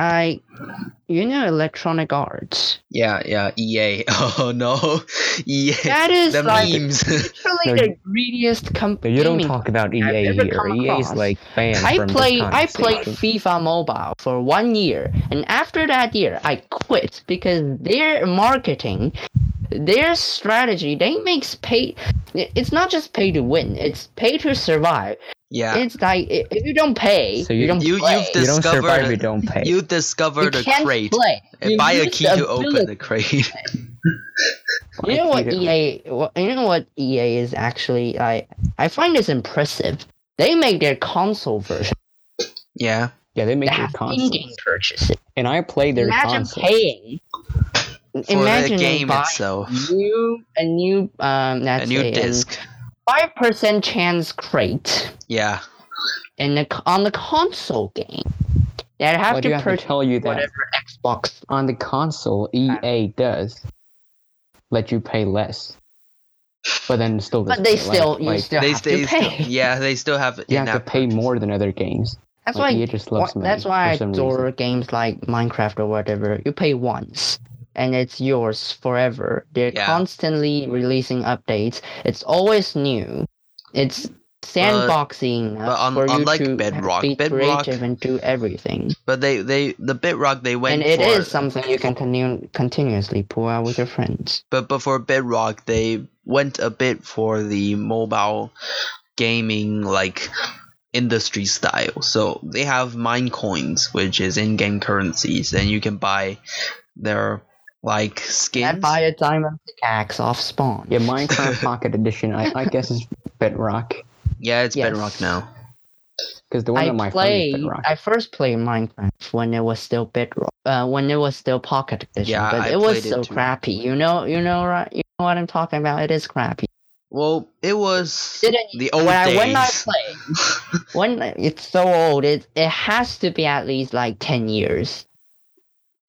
[SPEAKER 1] I, you know, Electronic Arts.
[SPEAKER 2] yeah, yeah. EA. Oh no, EA.
[SPEAKER 1] That is
[SPEAKER 2] the
[SPEAKER 1] like
[SPEAKER 2] memes.
[SPEAKER 1] literally
[SPEAKER 3] No,
[SPEAKER 1] the
[SPEAKER 3] you-
[SPEAKER 1] greediest
[SPEAKER 3] But
[SPEAKER 1] company.
[SPEAKER 3] you don't talk about E EA
[SPEAKER 1] I've ever
[SPEAKER 3] here.
[SPEAKER 1] come
[SPEAKER 3] EA is
[SPEAKER 1] across.
[SPEAKER 3] like banned
[SPEAKER 1] I
[SPEAKER 3] from this
[SPEAKER 1] played I played
[SPEAKER 3] conversation.
[SPEAKER 1] FIFA Mobile for one year, and after that year, I quit because their marketing, their strategy, they makes pay. It's not just pay to win; it's pay to survive.
[SPEAKER 2] yeah.
[SPEAKER 1] It's like i- if you don't pay,
[SPEAKER 3] So
[SPEAKER 1] you,
[SPEAKER 3] you-
[SPEAKER 1] don't
[SPEAKER 2] You
[SPEAKER 1] play.
[SPEAKER 2] you've
[SPEAKER 3] You don't
[SPEAKER 2] discovered
[SPEAKER 3] survive.
[SPEAKER 2] a-
[SPEAKER 3] You don't pay.
[SPEAKER 2] You discovered
[SPEAKER 1] you
[SPEAKER 2] a
[SPEAKER 1] can't
[SPEAKER 2] crate.
[SPEAKER 1] play.
[SPEAKER 2] and
[SPEAKER 1] You
[SPEAKER 2] buy a
[SPEAKER 1] use
[SPEAKER 2] key
[SPEAKER 1] the
[SPEAKER 2] to open
[SPEAKER 1] ability-
[SPEAKER 2] the crate.
[SPEAKER 1] You know
[SPEAKER 3] Like,
[SPEAKER 1] what
[SPEAKER 3] you don't-
[SPEAKER 1] EA? What, you know what EA is actually? I I find this impressive. They make their console version
[SPEAKER 2] yeah.
[SPEAKER 3] Yeah, they make their
[SPEAKER 1] that in-game
[SPEAKER 3] consoles,
[SPEAKER 1] purchases.
[SPEAKER 3] and I play their
[SPEAKER 1] Imagine
[SPEAKER 3] console.
[SPEAKER 1] paying.
[SPEAKER 2] For
[SPEAKER 1] Imagine
[SPEAKER 2] the game
[SPEAKER 1] buying
[SPEAKER 2] itself.
[SPEAKER 1] new a new um
[SPEAKER 2] A
[SPEAKER 1] that's
[SPEAKER 2] new disc.
[SPEAKER 1] five percent chance crate
[SPEAKER 2] Yeah.
[SPEAKER 1] in the c- on the console game that have
[SPEAKER 3] Why do
[SPEAKER 1] to
[SPEAKER 3] I have to
[SPEAKER 1] purchase
[SPEAKER 3] tell you that?
[SPEAKER 1] whatever Xbox.
[SPEAKER 3] on the console, EA does let you pay less, but then still.
[SPEAKER 1] But
[SPEAKER 3] doesn't,
[SPEAKER 1] they
[SPEAKER 3] like-
[SPEAKER 1] still you
[SPEAKER 3] like,
[SPEAKER 1] still
[SPEAKER 2] they,
[SPEAKER 1] have
[SPEAKER 2] they
[SPEAKER 1] to pay.
[SPEAKER 2] Still, yeah, they still have.
[SPEAKER 3] you have to
[SPEAKER 2] in-app
[SPEAKER 3] pay
[SPEAKER 2] purchase.
[SPEAKER 3] more than other games.
[SPEAKER 1] That's
[SPEAKER 3] like,
[SPEAKER 1] why
[SPEAKER 3] EA just
[SPEAKER 1] why-
[SPEAKER 3] loves money.
[SPEAKER 1] that's why I
[SPEAKER 3] for some
[SPEAKER 1] adore
[SPEAKER 3] reason.
[SPEAKER 1] games like Minecraft or whatever. You pay once and it's yours forever. They're
[SPEAKER 2] Yeah.
[SPEAKER 1] constantly releasing updates. It's always new. It's sandboxing enough
[SPEAKER 2] but un-
[SPEAKER 1] for you
[SPEAKER 2] unlike
[SPEAKER 1] to
[SPEAKER 2] Bedrock,
[SPEAKER 1] be
[SPEAKER 2] Bedrock-
[SPEAKER 1] creative and do everything.
[SPEAKER 2] But they, they, the Bitrock they went
[SPEAKER 1] and it
[SPEAKER 2] for.
[SPEAKER 1] is something you can continu- continuously pull out with your friends.
[SPEAKER 2] But before Bitrock, they went a bit for the mobile gaming like industry style. So they have mine coins, which is in-game currencies, and you can buy their like
[SPEAKER 1] And
[SPEAKER 2] skins.
[SPEAKER 1] buy a diamond pickaxe off spawn.
[SPEAKER 3] Yeah, Minecraft Pocket Edition. I, I guess it's Bedrock
[SPEAKER 2] yeah, it's
[SPEAKER 1] Yes.
[SPEAKER 2] Bedrock now.
[SPEAKER 3] because the one
[SPEAKER 1] I
[SPEAKER 3] on my
[SPEAKER 1] played.
[SPEAKER 3] phone is Bedrock.
[SPEAKER 1] I first played Minecraft when it was still Bedrock. Uh, when it was still Pocket Edition.
[SPEAKER 2] Yeah,
[SPEAKER 1] but
[SPEAKER 2] I
[SPEAKER 1] it was
[SPEAKER 2] played it
[SPEAKER 1] so
[SPEAKER 2] too.
[SPEAKER 1] crappy. You know, you know, right? You know what I'm talking about? It is crappy.
[SPEAKER 2] Well, it was
[SPEAKER 1] Didn't
[SPEAKER 2] the old
[SPEAKER 1] when I,
[SPEAKER 2] days.
[SPEAKER 1] when I play, when I- it's so old, it it has to be at least like ten years.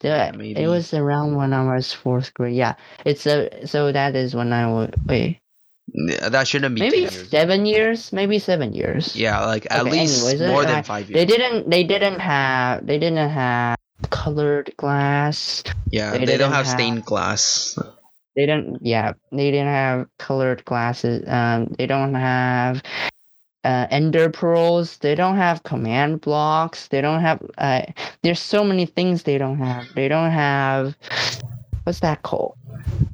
[SPEAKER 1] The-
[SPEAKER 2] Yeah, maybe.
[SPEAKER 1] It was around when I was fourth grade. Yeah, it's a so that is when I was wait
[SPEAKER 2] Yeah, that shouldn't be.
[SPEAKER 1] maybe
[SPEAKER 2] 10 years.
[SPEAKER 1] seven years, maybe seven years.
[SPEAKER 2] Yeah, like at
[SPEAKER 1] Okay,
[SPEAKER 2] least
[SPEAKER 1] anyways,
[SPEAKER 2] more than
[SPEAKER 1] I-
[SPEAKER 2] five
[SPEAKER 1] They
[SPEAKER 2] years.
[SPEAKER 1] didn't. They didn't have. They didn't have colored glass.
[SPEAKER 2] yeah,
[SPEAKER 1] they
[SPEAKER 2] they, don't
[SPEAKER 1] didn't
[SPEAKER 2] have
[SPEAKER 1] have-
[SPEAKER 2] stained glass.
[SPEAKER 1] They didn't. Yeah, they didn't have colored glasses. Um, they don't have uh, ender pearls. They don't have command blocks. They don't have. Uh, there's so many things they don't have. They don't have. What's that called?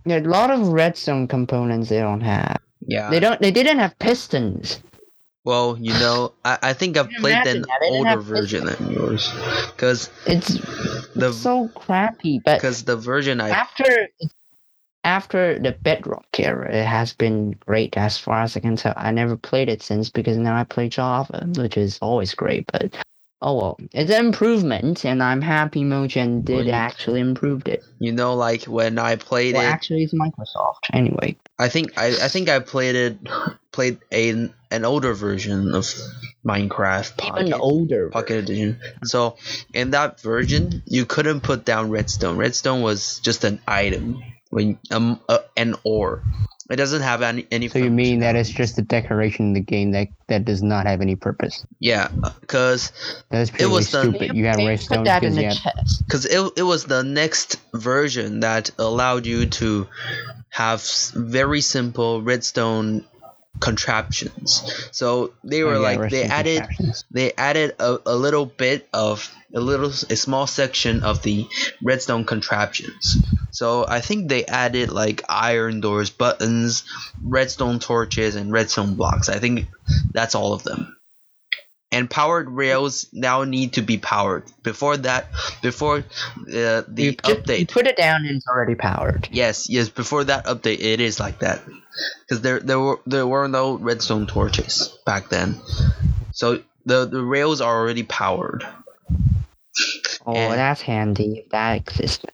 [SPEAKER 1] There are a lot of redstone components they don't have.
[SPEAKER 2] Yeah.
[SPEAKER 1] They don't. They didn't have pistons.
[SPEAKER 2] Well, you know, I, I think I've
[SPEAKER 1] Can you
[SPEAKER 2] played
[SPEAKER 1] imagine
[SPEAKER 2] an
[SPEAKER 1] that? They didn't
[SPEAKER 2] older
[SPEAKER 1] have
[SPEAKER 2] version than yours, because
[SPEAKER 1] It's
[SPEAKER 2] the
[SPEAKER 1] so crappy. But
[SPEAKER 2] because the version I
[SPEAKER 1] after after the bedrock era it has been great as far as i can tell i never played it since because now i play java which is always great but oh well it's an improvement and i'm happy mojang did
[SPEAKER 2] Well, you-
[SPEAKER 1] actually improved it
[SPEAKER 2] you know like when I played
[SPEAKER 1] well
[SPEAKER 2] it,
[SPEAKER 1] actually it's microsoft anyway
[SPEAKER 2] I think I, I think I played it played an an older version of Minecraft
[SPEAKER 1] even
[SPEAKER 2] Pocket,
[SPEAKER 1] older
[SPEAKER 2] Pocket Edition. So in that version, you couldn't put down redstone. Redstone was just an item when um uh, an ore. It doesn't have any any.
[SPEAKER 3] So you mean that
[SPEAKER 2] functionality.
[SPEAKER 3] it's just a decoration in the game that that does not have any purpose?
[SPEAKER 2] yeah, because
[SPEAKER 3] That's
[SPEAKER 2] It
[SPEAKER 3] pretty
[SPEAKER 2] was the-
[SPEAKER 3] stupid. You have
[SPEAKER 1] They
[SPEAKER 3] redstone
[SPEAKER 1] put that in
[SPEAKER 3] because
[SPEAKER 1] the
[SPEAKER 3] you have
[SPEAKER 1] chest
[SPEAKER 2] because it, it was the next version that allowed you to have s- very simple redstone contraptions so they
[SPEAKER 3] oh,
[SPEAKER 2] were
[SPEAKER 3] yeah,
[SPEAKER 2] like they
[SPEAKER 3] redstone
[SPEAKER 2] added
[SPEAKER 3] contraptions.
[SPEAKER 2] they added a, a little bit of a little a small section of the redstone contraptions so i think they added like iron doors buttons redstone torches and redstone blocks i think that's all of them and powered rails now need to be powered before that before uh, the
[SPEAKER 1] you, ju- you
[SPEAKER 2] update
[SPEAKER 1] put it down and it's already powered
[SPEAKER 2] Yes, yes. Before that update, it is like that, because there there were there were no redstone torches back then, so the the rails are already powered,
[SPEAKER 1] oh
[SPEAKER 2] And-
[SPEAKER 1] that's handy if that exists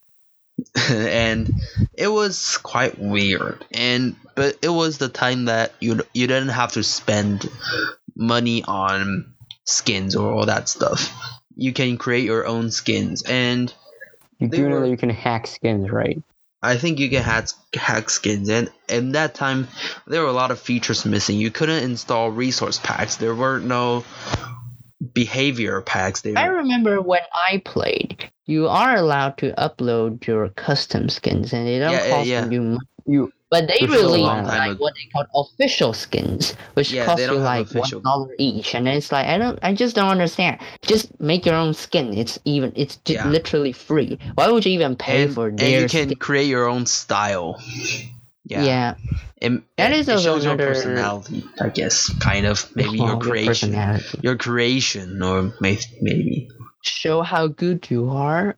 [SPEAKER 2] and it was quite weird. And but it was the time that you d- you didn't have to spend money on skins or all that stuff. You can create your own skins, and
[SPEAKER 3] You
[SPEAKER 2] they
[SPEAKER 3] do know
[SPEAKER 2] were-
[SPEAKER 3] that you can hack skins, right?
[SPEAKER 2] I think you can hack, hack skins, and in that time, there were a lot of features missing. You couldn't install resource packs. There were no behavior packs. They
[SPEAKER 1] I remember when I played, you are allowed to upload your custom skins, and they don't
[SPEAKER 2] Yeah, yeah,
[SPEAKER 1] cost
[SPEAKER 2] yeah.
[SPEAKER 1] you much.
[SPEAKER 3] You
[SPEAKER 1] But they
[SPEAKER 3] This is a
[SPEAKER 1] release
[SPEAKER 3] long
[SPEAKER 2] time
[SPEAKER 1] like
[SPEAKER 2] ago.
[SPEAKER 1] what they call official skins, which
[SPEAKER 2] Yeah,
[SPEAKER 1] cost
[SPEAKER 2] they
[SPEAKER 1] you
[SPEAKER 2] don't have
[SPEAKER 1] like
[SPEAKER 2] official.
[SPEAKER 1] one dollar each, and it's like I don't, I just don't understand. Just make your own skin. It's even, it's just
[SPEAKER 2] Yeah.
[SPEAKER 1] literally free. Why would you even pay
[SPEAKER 2] and,
[SPEAKER 1] for
[SPEAKER 2] and
[SPEAKER 1] their
[SPEAKER 2] you can
[SPEAKER 1] skin?
[SPEAKER 2] create your own style. Yeah,
[SPEAKER 1] Yeah,
[SPEAKER 2] And,
[SPEAKER 1] That
[SPEAKER 2] and
[SPEAKER 1] is
[SPEAKER 2] it
[SPEAKER 1] also
[SPEAKER 2] shows your
[SPEAKER 1] another-
[SPEAKER 2] personality, I guess, kind of maybe
[SPEAKER 1] Oh,
[SPEAKER 2] your creation,
[SPEAKER 1] personality.
[SPEAKER 2] your creation, or may- maybe
[SPEAKER 1] Show how good you are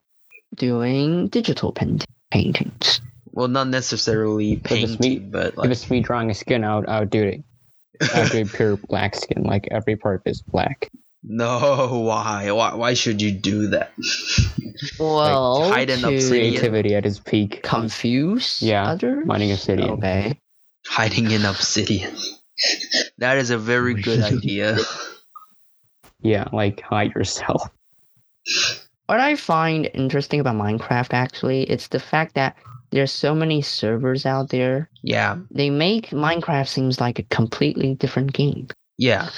[SPEAKER 1] doing digital paint- paintings.
[SPEAKER 2] well, not necessarily
[SPEAKER 3] it's me-
[SPEAKER 2] painting, but
[SPEAKER 3] if
[SPEAKER 2] like
[SPEAKER 3] it's me drawing a skin, I would I would do it. I would do a pure black skin, like every part is black.
[SPEAKER 2] no, why, why, why should you do that?
[SPEAKER 1] Well,
[SPEAKER 2] hide an
[SPEAKER 1] to
[SPEAKER 2] obsidian.
[SPEAKER 3] Creativity at its peak.
[SPEAKER 1] confuse
[SPEAKER 3] Yeah,
[SPEAKER 1] others?
[SPEAKER 3] Mining Obsidian.
[SPEAKER 1] Okay.
[SPEAKER 2] Hiding in obsidian. that is a very good idea.
[SPEAKER 3] Yeah, like hide yourself.
[SPEAKER 1] What I find interesting about Minecraft actually, it's the fact that there's so many servers out there.
[SPEAKER 2] Yeah,
[SPEAKER 1] They make Minecraft seems like a completely different game.
[SPEAKER 2] yeah.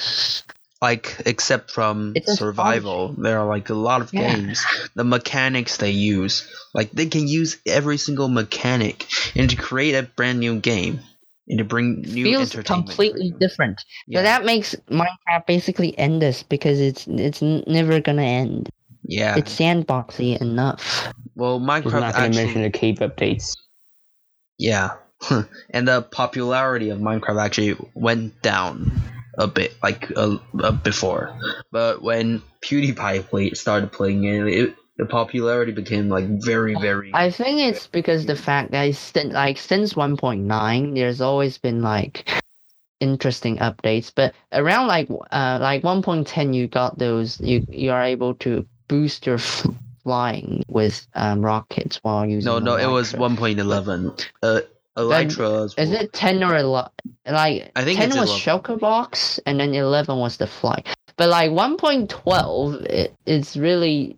[SPEAKER 2] Like except from
[SPEAKER 1] It's a
[SPEAKER 2] survival, there are like a lot of
[SPEAKER 1] Yeah.
[SPEAKER 2] games. The mechanics they use, like they can use every single mechanic and to create a brand new game and to bring new
[SPEAKER 1] Feels
[SPEAKER 2] entertainment.
[SPEAKER 1] completely different.
[SPEAKER 2] Yeah,
[SPEAKER 1] So that makes Minecraft basically endless because it's it's n- never gonna end.
[SPEAKER 2] yeah.
[SPEAKER 1] It's sandboxy enough.
[SPEAKER 2] well,
[SPEAKER 3] It's
[SPEAKER 2] Minecraft
[SPEAKER 3] not gonna
[SPEAKER 2] actually,
[SPEAKER 3] mention the cave updates.
[SPEAKER 2] yeah, and the popularity of Minecraft actually went down a bit like a, a before, but when PewDiePie played, started playing it, it, the popularity became like very very.
[SPEAKER 1] I think it's because the fact that it's sin- like since 1.9, there's always been like interesting updates. But around like uh like 1.10, you got those. You you are able to boost your f- flying with um rockets while using.
[SPEAKER 2] no no it was
[SPEAKER 1] Elytra.
[SPEAKER 2] 1.11. Uh, Elytra is-
[SPEAKER 1] Is it ten or eleven? Like
[SPEAKER 2] I think
[SPEAKER 1] ten
[SPEAKER 2] it's
[SPEAKER 1] was
[SPEAKER 2] 11.
[SPEAKER 1] Shulker Box, and then eleven was the fly. But like one point twelve, it, it's really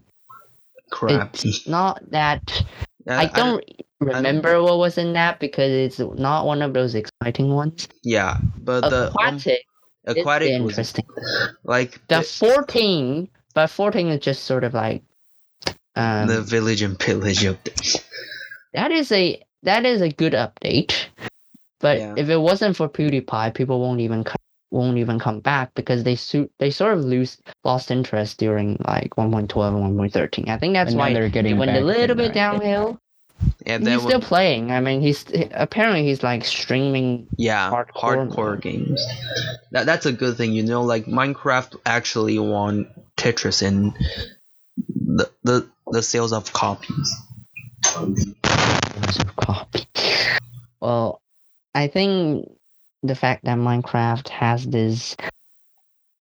[SPEAKER 2] crap.
[SPEAKER 1] not that. I, don't remember what was in that because it's not one of those exciting ones.
[SPEAKER 2] yeah, but the um,
[SPEAKER 1] Aquatic, is
[SPEAKER 2] aquatic was
[SPEAKER 1] interesting.
[SPEAKER 2] like
[SPEAKER 1] The
[SPEAKER 2] the,
[SPEAKER 1] fourteen, but fourteen is just sort of like. Um,
[SPEAKER 2] the village and pillage update.
[SPEAKER 1] that is a that is a good update. But
[SPEAKER 2] Yeah.
[SPEAKER 1] if it wasn't for PewDiePie, people won't even come, won't even come back because they su- they sort of lose lost interest during like 1.12 and 1.13. I think that's
[SPEAKER 3] And now
[SPEAKER 1] why
[SPEAKER 3] they're
[SPEAKER 1] it
[SPEAKER 3] getting
[SPEAKER 1] went a
[SPEAKER 3] back
[SPEAKER 1] little
[SPEAKER 3] in,
[SPEAKER 1] bit
[SPEAKER 3] right?
[SPEAKER 1] downhill.
[SPEAKER 2] And
[SPEAKER 1] He's
[SPEAKER 2] then
[SPEAKER 1] still
[SPEAKER 2] when,
[SPEAKER 1] playing. I mean, he's apparently he's like streaming.
[SPEAKER 2] yeah,
[SPEAKER 1] hardcore
[SPEAKER 2] hardcore,
[SPEAKER 1] mode.
[SPEAKER 2] games. That that's a good thing, you know. Like Minecraft actually won Tetris in the the, the sales of copies.
[SPEAKER 1] lots of copy. Well, I think the fact that Minecraft has this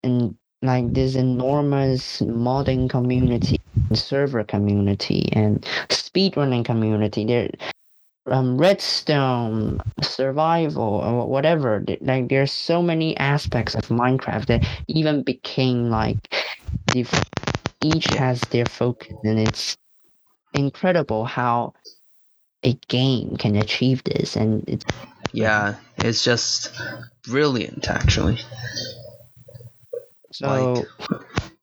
[SPEAKER 1] and like this enormous modding community, server community, and speedrunning community. There, um, redstone, survival, or whatever. th- Like there's so many aspects of Minecraft that even became like the, each has their focus, and it's incredible how a game can achieve this, and it's
[SPEAKER 2] Yeah, it's just brilliant actually.
[SPEAKER 1] so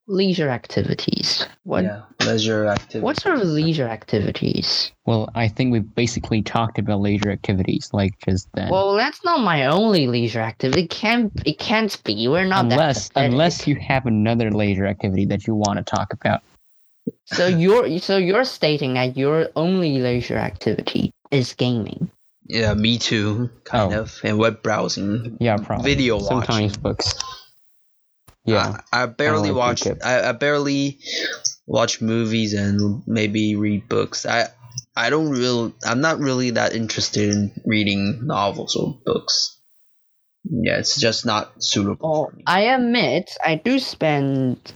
[SPEAKER 1] leisure activities. What
[SPEAKER 2] yeah, leisure activity.
[SPEAKER 1] what sort of leisure activities?
[SPEAKER 3] Well, I think we basically talked about leisure activities, like just then.
[SPEAKER 1] Well, that's not my only leisure activity. It can't it can't be. We're not
[SPEAKER 3] unless
[SPEAKER 1] that pathetic.
[SPEAKER 3] unless you have another leisure activity that you want to talk about.
[SPEAKER 1] so you're so you're stating that your only leisure activity is gaming.
[SPEAKER 2] Yeah, me too, kind
[SPEAKER 3] Oh.
[SPEAKER 2] of. And web browsing.
[SPEAKER 3] Yeah, probably.
[SPEAKER 2] Video
[SPEAKER 3] Sometimes books.
[SPEAKER 2] Uh,
[SPEAKER 3] Yeah.
[SPEAKER 1] Ah,
[SPEAKER 2] I, I barely
[SPEAKER 3] like
[SPEAKER 2] watch.
[SPEAKER 3] Egypt.
[SPEAKER 2] I, I barely watch movies and maybe read books. I I don't real. I'm not really that interested in reading novels or books. Yeah, it's just not suitable.
[SPEAKER 1] Well, I admit I do spend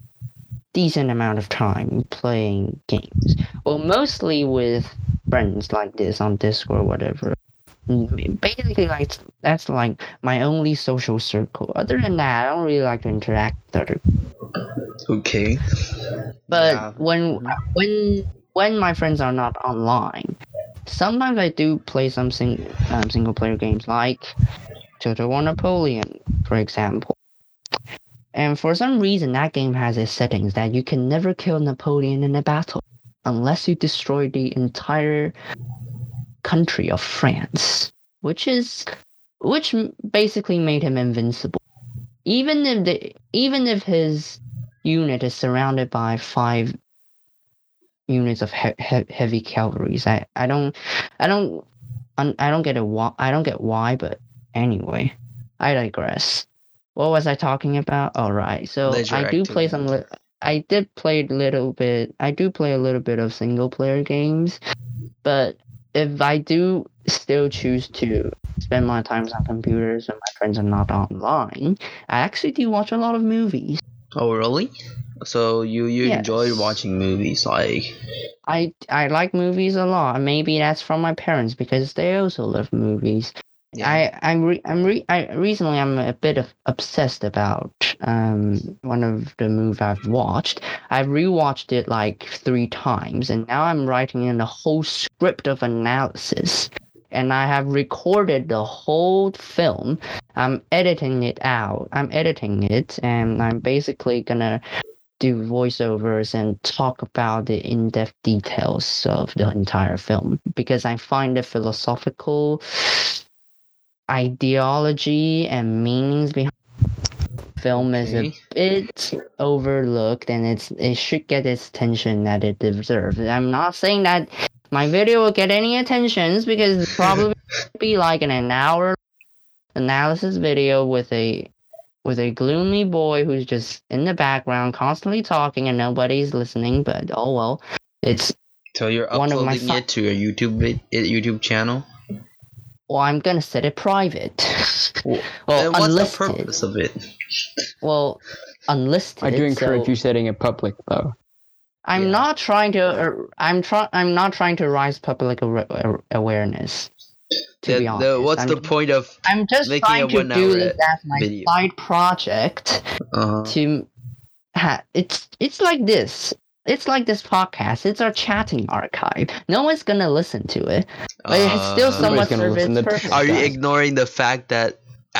[SPEAKER 1] decent amount of time playing games. Well, mostly with friends like this on Discord or whatever. Mm, Basically, like that's like my only social circle. Other than that, I don't really like to interact with other
[SPEAKER 2] Okay.
[SPEAKER 1] but
[SPEAKER 2] Yeah.
[SPEAKER 1] when when when my friends are not online, sometimes I do play some sing, um, single player games like Total War Napoleon, for example. And for some reason, that game has its settings that you can never kill Napoleon in a battle unless you destroy the entire country of France, which is which m- basically made him invincible. Even if the even if his unit is surrounded by five units of he- he- heavy cavalries. I, I don't I don't un- I don't get a why I don't get why, but anyway, I digress. What was I talking about? All right, so
[SPEAKER 2] Leisure
[SPEAKER 1] I do play
[SPEAKER 2] activities.
[SPEAKER 1] some. Li- I did play a little bit. I do play a little bit of single player games, but if I do still choose to spend my time on computers and my friends are not online, I actually do watch a lot of movies.
[SPEAKER 2] Oh really? So you you
[SPEAKER 1] Yes.
[SPEAKER 2] enjoy watching movies like
[SPEAKER 1] I I like movies a lot. Maybe that's from my parents because they also love movies. I I'm re- I'm re- I recently I'm a bit of obsessed about um one of the movies I've watched. I've rewatched it like three times, and now I'm writing in a whole script of analysis, and I have recorded the whole film. I'm editing it out. I'm editing it, and I'm basically gonna do voiceovers and talk about the in-depth details of the entire film because I find the philosophical ideology and meanings behind film is a
[SPEAKER 2] Okay.
[SPEAKER 1] bit overlooked and it's it should get its attention that it deserves. I'm not saying that my video will get any attentions because it's probably be like an hour analysis video with a with a gloomy boy who's just in the background, constantly talking, and nobody's listening. But oh well, it's
[SPEAKER 2] So you're
[SPEAKER 1] One of my
[SPEAKER 2] uploading
[SPEAKER 1] fi-
[SPEAKER 2] it to your YouTube vid- uh, YouTube channel.
[SPEAKER 1] well, I'm gonna set it private.
[SPEAKER 2] Well,
[SPEAKER 1] well,
[SPEAKER 2] and what's the
[SPEAKER 1] unlisted.
[SPEAKER 2] purpose of it?
[SPEAKER 1] Well, unlisted.
[SPEAKER 3] I do encourage
[SPEAKER 1] so
[SPEAKER 3] you setting it public though.
[SPEAKER 1] I'm
[SPEAKER 2] yeah.
[SPEAKER 1] not trying to. Uh, I'm try. I'm not trying to raise public awa- uh, awareness. To
[SPEAKER 2] That-
[SPEAKER 1] be
[SPEAKER 2] that-
[SPEAKER 1] honest,
[SPEAKER 2] what's
[SPEAKER 1] I'm
[SPEAKER 2] the point of?
[SPEAKER 1] I'm just
[SPEAKER 2] Making a
[SPEAKER 1] trying to do
[SPEAKER 2] one-hour
[SPEAKER 1] this as my
[SPEAKER 2] video.
[SPEAKER 1] side project
[SPEAKER 2] Uh,
[SPEAKER 1] to ha- it's it's like this. It's like this podcast. It's our chatting archive. No one's gonna listen to it, but it's still
[SPEAKER 2] uh,
[SPEAKER 1] somewhat
[SPEAKER 3] gonna
[SPEAKER 1] serves
[SPEAKER 3] listen to
[SPEAKER 1] its
[SPEAKER 3] this.
[SPEAKER 1] purpose.
[SPEAKER 2] Are you
[SPEAKER 3] Yeah.
[SPEAKER 2] ignoring the fact that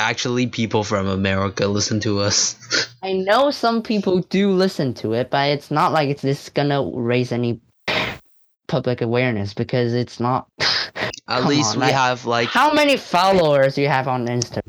[SPEAKER 2] actually people from America listen to us?
[SPEAKER 1] I know some people do listen to it, but it's not like it's this gonna raise any public awareness because it's not.
[SPEAKER 2] At
[SPEAKER 1] Come
[SPEAKER 2] least
[SPEAKER 1] on,
[SPEAKER 2] we
[SPEAKER 1] like-
[SPEAKER 2] have like
[SPEAKER 1] How many followers you have on Instagram?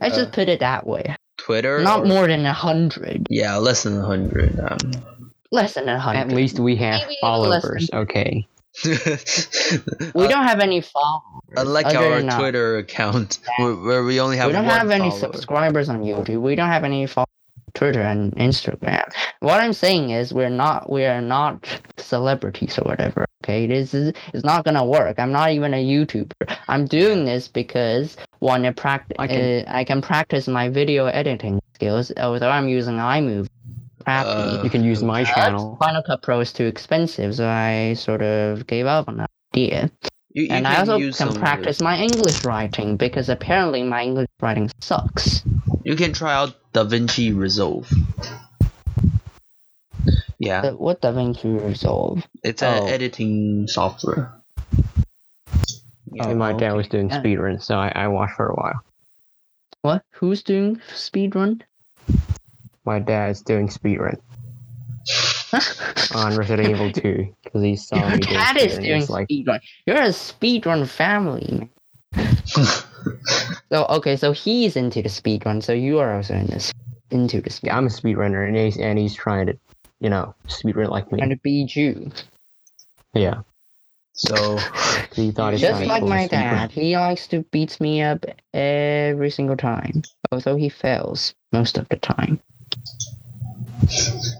[SPEAKER 1] Let's
[SPEAKER 2] Uh,
[SPEAKER 1] just put it that way.
[SPEAKER 2] Twitter.
[SPEAKER 1] Not
[SPEAKER 2] or-
[SPEAKER 1] more than a hundred.
[SPEAKER 2] Yeah, less than hundred. Um,
[SPEAKER 1] Less than a
[SPEAKER 3] At
[SPEAKER 1] hundred.
[SPEAKER 3] least we have
[SPEAKER 1] Maybe even less
[SPEAKER 3] followers. Okay.
[SPEAKER 1] We
[SPEAKER 2] Uh,
[SPEAKER 1] don't have any followers.
[SPEAKER 2] unlike
[SPEAKER 1] other
[SPEAKER 2] our
[SPEAKER 1] than that.
[SPEAKER 2] Twitter account, where, where we only have
[SPEAKER 1] we don't
[SPEAKER 2] one
[SPEAKER 1] have any
[SPEAKER 2] follower.
[SPEAKER 1] subscribers on YouTube. We don't have any followers on Twitter and Instagram. What I'm saying is we're not we are not celebrities or whatever. Okay, this is it's not gonna work. I'm not even a YouTuber. I'm doing this because want to practice.
[SPEAKER 3] I can-
[SPEAKER 1] uh, I can practice my video editing skills. Although I'm using iMovie, crappy.
[SPEAKER 2] Uh,
[SPEAKER 3] You can use my
[SPEAKER 1] But
[SPEAKER 3] channel.
[SPEAKER 1] Final Cut Pro is too expensive, so I sort of gave up on that idea
[SPEAKER 2] You, you
[SPEAKER 1] and I also
[SPEAKER 2] use
[SPEAKER 1] can
[SPEAKER 2] some
[SPEAKER 1] practice
[SPEAKER 2] of
[SPEAKER 1] my English writing because apparently my English writing sucks.
[SPEAKER 2] it. You can try out DaVinci Resolve. Yeah,
[SPEAKER 1] But what DaVinci Resolve?
[SPEAKER 2] it's an
[SPEAKER 1] oh.
[SPEAKER 2] editing software.
[SPEAKER 3] And my dad
[SPEAKER 1] Oh, okay.
[SPEAKER 3] was doing
[SPEAKER 1] Yeah.
[SPEAKER 3] speedruns, so I, I watched for a while.
[SPEAKER 1] What? Who's doing speedrun?
[SPEAKER 3] My dad's doing speedrun on Resident Evil 2 because he saw
[SPEAKER 1] Your
[SPEAKER 3] me doing
[SPEAKER 1] dad is
[SPEAKER 3] speedrun.
[SPEAKER 1] doing
[SPEAKER 3] He's like,
[SPEAKER 1] speedrun. You're a speedrun family. Man. So okay, so he's into the speedrun, so you are also in this into the
[SPEAKER 3] yeah,
[SPEAKER 1] speedrun.
[SPEAKER 3] I'm a speedrunner, and he's and he's trying to, you know, speedrun like
[SPEAKER 1] Trying
[SPEAKER 3] me.
[SPEAKER 1] to beat you,
[SPEAKER 3] Yeah,
[SPEAKER 2] So
[SPEAKER 3] 'cause he thought he's
[SPEAKER 1] just
[SPEAKER 3] trying
[SPEAKER 1] like
[SPEAKER 3] to
[SPEAKER 1] my
[SPEAKER 3] pull a speedrun.
[SPEAKER 1] dad. He likes to beat me up every single time, although he fails most of the time.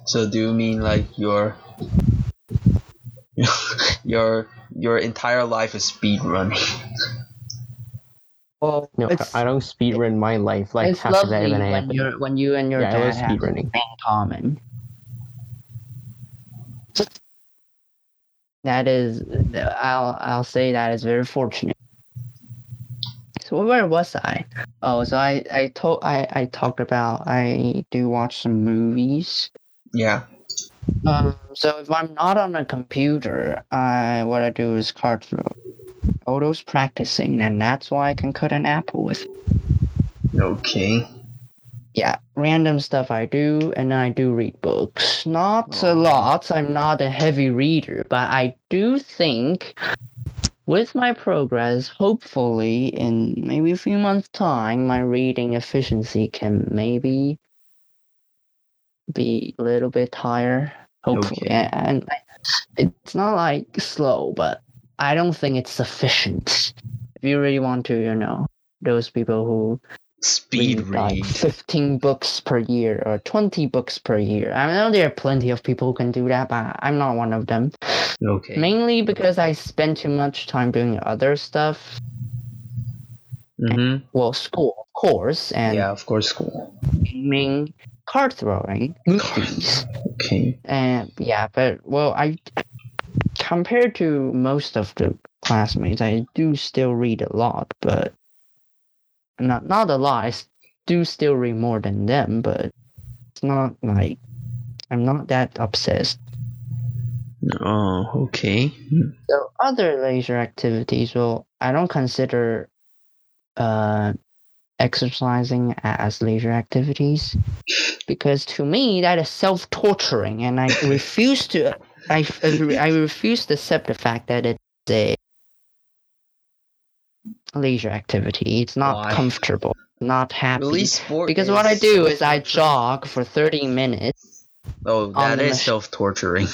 [SPEAKER 2] So do you mean like your your your entire life is speedrunning?
[SPEAKER 1] Well,
[SPEAKER 3] No,
[SPEAKER 1] it's,
[SPEAKER 3] I I don't speedrun my life. Like,
[SPEAKER 1] it's
[SPEAKER 3] how could that
[SPEAKER 1] lovely
[SPEAKER 3] even
[SPEAKER 1] when
[SPEAKER 3] happen?
[SPEAKER 1] you when you and your
[SPEAKER 3] Yeah, I
[SPEAKER 1] dad
[SPEAKER 3] was
[SPEAKER 1] have
[SPEAKER 3] speedrunning.
[SPEAKER 1] something in common. That is, I'll I'll say that is very fortunate. So where was I? Oh, so I I told I I talked about I do watch some movies.
[SPEAKER 2] Yeah.
[SPEAKER 1] Um, so if I'm not on a computer, I what I do is card throw. Odo's practicing, and that's why I can cut an apple with
[SPEAKER 2] Okay.
[SPEAKER 1] yeah, random stuff I do, and I do read books. Not a lot. I'm not a heavy reader, but I do think with my progress, hopefully in maybe a few months' time, my reading efficiency can maybe be a little bit higher. Hopefully,
[SPEAKER 2] Okay.
[SPEAKER 1] and it's not like slow, but I don't think it's sufficient. If you really want to, you know, those people who
[SPEAKER 2] Speed
[SPEAKER 1] like
[SPEAKER 2] read.
[SPEAKER 1] 15 books per year or 20 books per year. I know there are plenty of people who can do that, but I'm not one of them.
[SPEAKER 2] Okay.
[SPEAKER 1] Mainly because I spend too much time doing other stuff.
[SPEAKER 2] hmm
[SPEAKER 1] Well, school, of course, and
[SPEAKER 2] Yeah, of course, school.
[SPEAKER 1] gaming, card throwing, movies.
[SPEAKER 2] Okay.
[SPEAKER 1] And yeah, but well, I compared to most of the classmates, I do still read a lot, but not not a lot. I s- do still read more than them, but it's not like I'm not that obsessed.
[SPEAKER 2] Oh, okay.
[SPEAKER 1] So other leisure activities, well, I don't consider uh exercising as leisure activities because to me that is self-torturing and I refuse to I, I refuse to accept the fact that it's a leisure activity. It's not
[SPEAKER 2] Why?
[SPEAKER 1] comfortable, not happy.
[SPEAKER 2] Really, sport.
[SPEAKER 1] because
[SPEAKER 2] is
[SPEAKER 1] what I do is I
[SPEAKER 2] self-torturing.
[SPEAKER 1] jog for 30 minutes
[SPEAKER 2] Oh,
[SPEAKER 1] on
[SPEAKER 2] that
[SPEAKER 1] the
[SPEAKER 2] is
[SPEAKER 1] mach-
[SPEAKER 2] self torturing.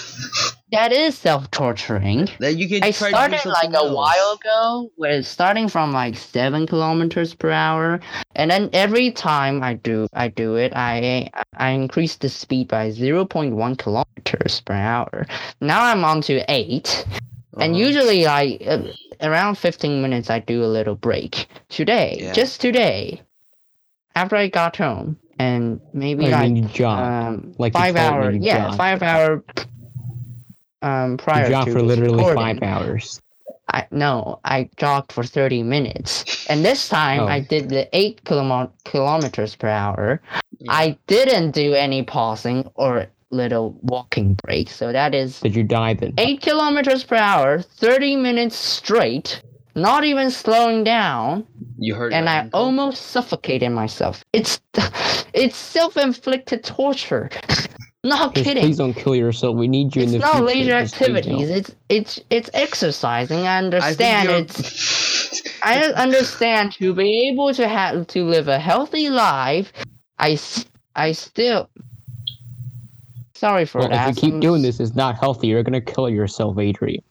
[SPEAKER 1] that is self torturing.
[SPEAKER 2] That you can
[SPEAKER 1] I
[SPEAKER 2] try
[SPEAKER 1] started
[SPEAKER 2] to do
[SPEAKER 1] like
[SPEAKER 2] something
[SPEAKER 1] a
[SPEAKER 2] else.
[SPEAKER 1] while ago with starting from like seven kilometers per hour, and then every time I do I do it, I I increase the speed by zero point one kilometers per hour. Now I'm on to eight, and
[SPEAKER 2] Uh-huh.
[SPEAKER 1] usually I uh, around fifteen minutes I do a little break. Today,
[SPEAKER 2] Yeah.
[SPEAKER 1] just today, after I got home, and maybe
[SPEAKER 3] Like
[SPEAKER 1] like
[SPEAKER 3] when you jog.
[SPEAKER 1] um,
[SPEAKER 3] like you
[SPEAKER 1] five
[SPEAKER 3] told me
[SPEAKER 1] hour,
[SPEAKER 3] you
[SPEAKER 1] yeah,
[SPEAKER 3] jog.
[SPEAKER 1] five hour. Um, prior
[SPEAKER 3] you jog
[SPEAKER 1] to
[SPEAKER 3] for
[SPEAKER 1] this
[SPEAKER 3] literally
[SPEAKER 1] recording.
[SPEAKER 3] five hours.
[SPEAKER 1] I no, I jogged for 30 minutes. And this time
[SPEAKER 3] Oh.
[SPEAKER 1] I did the 8 kilom- kilometers per hour.
[SPEAKER 2] Yeah.
[SPEAKER 1] I didn't do any pausing or little walking break. So that is
[SPEAKER 3] Did you die then?
[SPEAKER 1] 8 kilometers per hour, 30 minutes straight, not even slowing down,
[SPEAKER 2] you hurt
[SPEAKER 1] and
[SPEAKER 2] your
[SPEAKER 1] I
[SPEAKER 2] ankle?
[SPEAKER 1] almost suffocated myself. It's it's self-inflicted torture. not
[SPEAKER 3] Just
[SPEAKER 1] kidding
[SPEAKER 3] Please don't kill yourself. We need you
[SPEAKER 1] it's
[SPEAKER 3] in the
[SPEAKER 1] not
[SPEAKER 3] future.
[SPEAKER 1] leisure
[SPEAKER 3] Just please don't.
[SPEAKER 1] activities. It's it's it's exercising. I
[SPEAKER 2] I think
[SPEAKER 1] understand.
[SPEAKER 2] you're-
[SPEAKER 1] it's I understand to be able to have to live a healthy life. I s- I still. Sorry for
[SPEAKER 3] Well,
[SPEAKER 1] that.
[SPEAKER 3] if you
[SPEAKER 1] I'm
[SPEAKER 3] keep doing
[SPEAKER 1] s-
[SPEAKER 3] this, it's not healthy. You're gonna kill yourself, Adrian.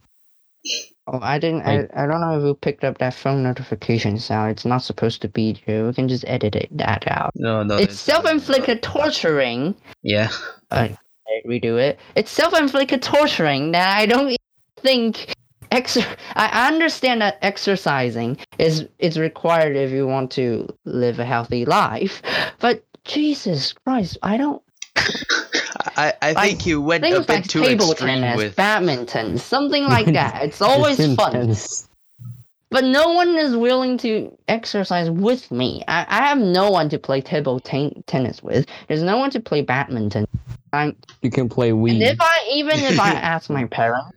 [SPEAKER 1] Oh, I didn't. I, I don't know if you picked up that phone notification sound. It's not supposed to be here. We can just edit it, that out.
[SPEAKER 2] no, no.
[SPEAKER 1] It's
[SPEAKER 2] that's-
[SPEAKER 1] self-inflicted torturing.
[SPEAKER 2] Yeah.
[SPEAKER 1] I redo it. It's self-inflicted torturing that I don't think exer- I understand that exercising is is required if you want to live a healthy life, but Jesus Christ, I don't
[SPEAKER 2] I, I
[SPEAKER 1] Like,
[SPEAKER 2] think you went a
[SPEAKER 1] things
[SPEAKER 2] bit
[SPEAKER 1] like
[SPEAKER 2] too
[SPEAKER 1] table
[SPEAKER 2] extreme
[SPEAKER 1] tennis,
[SPEAKER 2] with.
[SPEAKER 1] badminton, something like that. It's always
[SPEAKER 3] It's
[SPEAKER 1] fun,
[SPEAKER 3] intense.
[SPEAKER 1] but no one is willing to exercise with me. I, I have no one to play table ten- tennis with. There's no one to play badminton. I'm
[SPEAKER 3] You can play
[SPEAKER 1] And
[SPEAKER 3] Wii.
[SPEAKER 1] if I even if I ask my parents,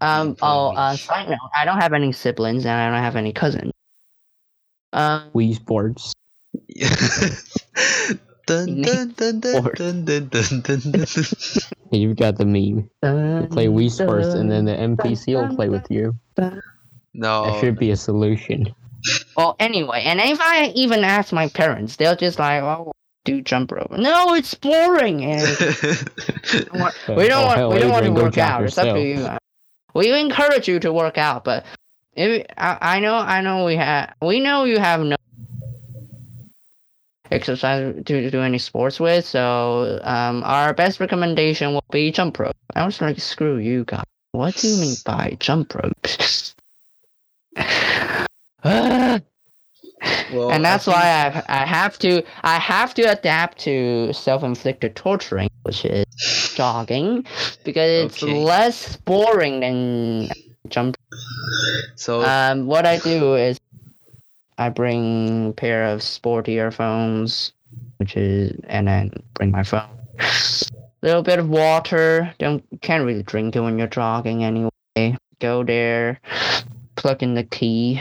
[SPEAKER 1] um, oh, uh,
[SPEAKER 2] Privilege.
[SPEAKER 1] side note, I don't have any siblings and I don't have any cousins. Um,
[SPEAKER 3] Wii Sports.
[SPEAKER 2] dun, dun, dun, dun,
[SPEAKER 3] Or-
[SPEAKER 2] dun, dun, dun, dun, dun.
[SPEAKER 3] Hey, you've got the meme.
[SPEAKER 1] uh,
[SPEAKER 3] You play
[SPEAKER 1] Mm,
[SPEAKER 3] Wii Sports, and then the NPC will play with you. That
[SPEAKER 2] no.
[SPEAKER 3] should be a solution.
[SPEAKER 1] Well, anyway, and if I even ask my parents, they'll just like, oh, do jump rope. No, it's boring. And we don't want,
[SPEAKER 3] But,
[SPEAKER 1] we don't
[SPEAKER 3] oh,
[SPEAKER 1] want,
[SPEAKER 3] hell,
[SPEAKER 1] we don't want to
[SPEAKER 3] Adrian, go
[SPEAKER 1] work
[SPEAKER 3] jog
[SPEAKER 1] out. It's up to
[SPEAKER 3] yourself.
[SPEAKER 1] you. We encourage you to work out, but if, I, I know, I know we have, we know you have no exercise to do any sports with. So, um, our best recommendation will be jump rope. I was like, screw you guys. What do you mean by jump ropes? Ah
[SPEAKER 2] Well,
[SPEAKER 1] and
[SPEAKER 2] I
[SPEAKER 1] that's
[SPEAKER 2] think-
[SPEAKER 1] why I, I have to I have to adapt to self-inflicted torturing, which is jogging, because it's
[SPEAKER 2] Okay.
[SPEAKER 1] less boring than jump.
[SPEAKER 2] So
[SPEAKER 1] Um, what I do is I bring a pair of sport earphones, which is and then bring my phone. Little bit of water. Don't can't really drink it when you're jogging anyway. Go there, plug in the key,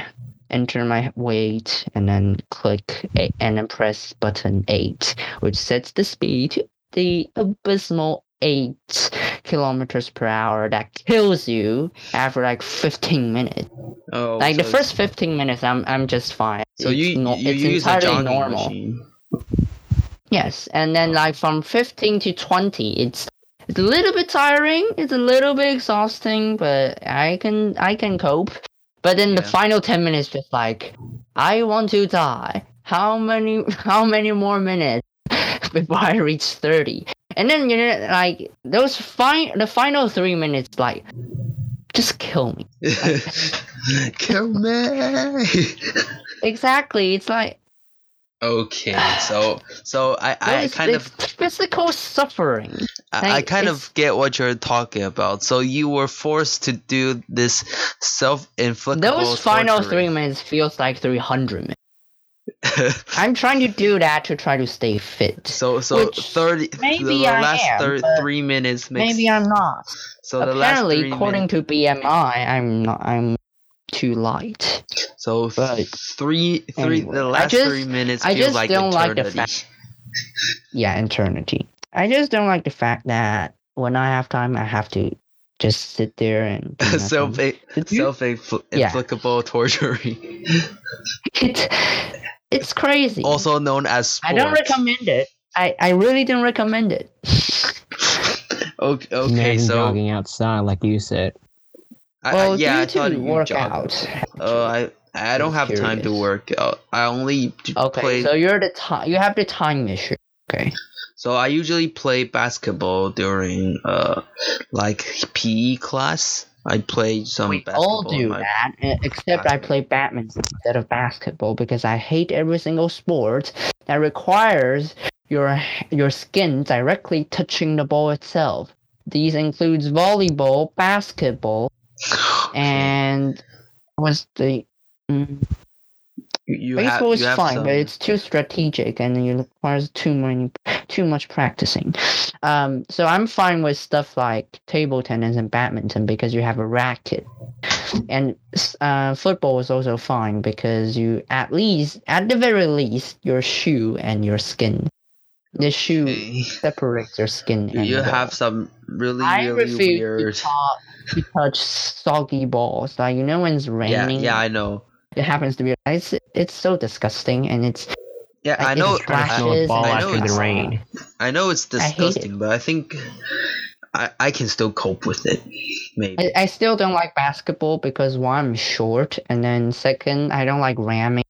[SPEAKER 1] enter my weight, and then click a- and then press button eight, which sets the speed to the abysmal eight kilometers per hour that kills you after like 15 minutes
[SPEAKER 2] oh,
[SPEAKER 1] like the
[SPEAKER 2] so-
[SPEAKER 1] first 15 minutes i'm i'm just fine
[SPEAKER 2] So
[SPEAKER 1] It's
[SPEAKER 2] you
[SPEAKER 1] no-
[SPEAKER 2] you
[SPEAKER 1] it's
[SPEAKER 2] use a
[SPEAKER 1] entirely
[SPEAKER 2] jogging
[SPEAKER 1] normal
[SPEAKER 2] machine. Oh.
[SPEAKER 1] yes and then like from 15 to 20 it's it's a little bit tiring it's a little bit exhausting but i can i can cope but then the
[SPEAKER 2] Yeah.
[SPEAKER 1] final 10 minutes just like i want to die how many how many more minutes before i reach 30 and then you know like those fine the final three minutes like just kill me
[SPEAKER 2] Kill me.
[SPEAKER 1] exactly it's like
[SPEAKER 2] okay, so so I I
[SPEAKER 1] Those-
[SPEAKER 2] kind of
[SPEAKER 1] it's physical suffering.
[SPEAKER 2] I, I
[SPEAKER 1] Like,
[SPEAKER 2] kind
[SPEAKER 1] it's-
[SPEAKER 2] of get what you're talking about. So you were forced to do this self-inflicted.
[SPEAKER 1] Those final three minutes feels like three hundred minutes. I'm trying to do that to try to stay fit.
[SPEAKER 2] so so
[SPEAKER 1] which
[SPEAKER 2] thirty.
[SPEAKER 1] maybe
[SPEAKER 2] the, the
[SPEAKER 1] I
[SPEAKER 2] last
[SPEAKER 1] am,
[SPEAKER 2] thir-
[SPEAKER 1] but
[SPEAKER 2] three minutes makes.
[SPEAKER 1] Maybe I'm not.
[SPEAKER 2] so the last
[SPEAKER 1] Apparently,
[SPEAKER 2] three
[SPEAKER 1] according
[SPEAKER 2] minutes,
[SPEAKER 1] to BMI, I'm not. I'm too light.
[SPEAKER 2] so
[SPEAKER 1] but-
[SPEAKER 2] three three
[SPEAKER 1] anyway,
[SPEAKER 2] the
[SPEAKER 1] I
[SPEAKER 2] last
[SPEAKER 1] just-
[SPEAKER 2] three minutes
[SPEAKER 1] I
[SPEAKER 2] feel
[SPEAKER 1] just
[SPEAKER 2] like
[SPEAKER 1] don't like the
[SPEAKER 2] eternity.
[SPEAKER 1] Yeah, eternity. I just don't like the fact that when I have time, I have to just sit there and do
[SPEAKER 2] self
[SPEAKER 1] nothing. Did you- Yeah.
[SPEAKER 2] self-inflictable torturing,
[SPEAKER 1] It's it's crazy.
[SPEAKER 2] also known as sport.
[SPEAKER 1] I don't recommend it. I I really don't recommend it.
[SPEAKER 2] Okay, okay
[SPEAKER 3] Imagine
[SPEAKER 2] so
[SPEAKER 3] jogging outside like you said.
[SPEAKER 2] I,
[SPEAKER 1] well,
[SPEAKER 2] I, yeah,
[SPEAKER 1] you
[SPEAKER 2] I thought
[SPEAKER 1] two
[SPEAKER 2] you
[SPEAKER 1] work
[SPEAKER 2] jogged.
[SPEAKER 1] out.
[SPEAKER 2] Uh, I I don't have time to
[SPEAKER 1] curious.
[SPEAKER 2] work out. I only d-
[SPEAKER 1] Okay,
[SPEAKER 2] play.
[SPEAKER 1] so
[SPEAKER 2] So-,
[SPEAKER 1] you're the time. You have the time issue. Okay.
[SPEAKER 2] I usually play basketball during uh like PE class. I play some
[SPEAKER 1] we
[SPEAKER 2] basketball.
[SPEAKER 1] all
[SPEAKER 2] in
[SPEAKER 1] do
[SPEAKER 2] my-
[SPEAKER 1] that, e- except I
[SPEAKER 2] basketball.
[SPEAKER 1] play badminton instead of basketball because I hate every single sport that requires your your skin directly touching the ball itself. These includes volleyball, basketball, and what's the mm,
[SPEAKER 2] you, you have-
[SPEAKER 1] baseball is
[SPEAKER 2] you have
[SPEAKER 1] fine,
[SPEAKER 2] some-
[SPEAKER 1] but it's too strategic and it requires too many too much practicing. Um, so I'm fine with stuff like table tennis and badminton because you have a racket, and s- uh, football is also fine because you at least at the very least your shoe and your skin, the shoe
[SPEAKER 2] Okay.
[SPEAKER 1] separates your skin.
[SPEAKER 2] You
[SPEAKER 1] and
[SPEAKER 2] you
[SPEAKER 1] the ball.
[SPEAKER 2] have some really
[SPEAKER 1] I
[SPEAKER 2] really
[SPEAKER 1] refuse
[SPEAKER 2] weird.
[SPEAKER 1] to, touch, to touch soggy balls. Like you know when it's
[SPEAKER 2] Yeah,
[SPEAKER 1] raining,
[SPEAKER 2] yeah, I know.
[SPEAKER 1] it happens to be. It's it's so disgusting, and it's
[SPEAKER 2] Yeah,
[SPEAKER 1] Like,
[SPEAKER 2] I
[SPEAKER 1] it
[SPEAKER 2] know.
[SPEAKER 1] just
[SPEAKER 3] Trying to
[SPEAKER 2] Oh, I,
[SPEAKER 1] crashes.
[SPEAKER 3] throw a ball
[SPEAKER 2] I know
[SPEAKER 3] after the
[SPEAKER 2] it's-
[SPEAKER 3] rain.
[SPEAKER 2] I know it's
[SPEAKER 1] I hate it.
[SPEAKER 2] disgusting, but I think I I can still cope with it. Maybe.
[SPEAKER 1] I, I still don't like basketball because one, I'm short, and then second, I don't like ramming.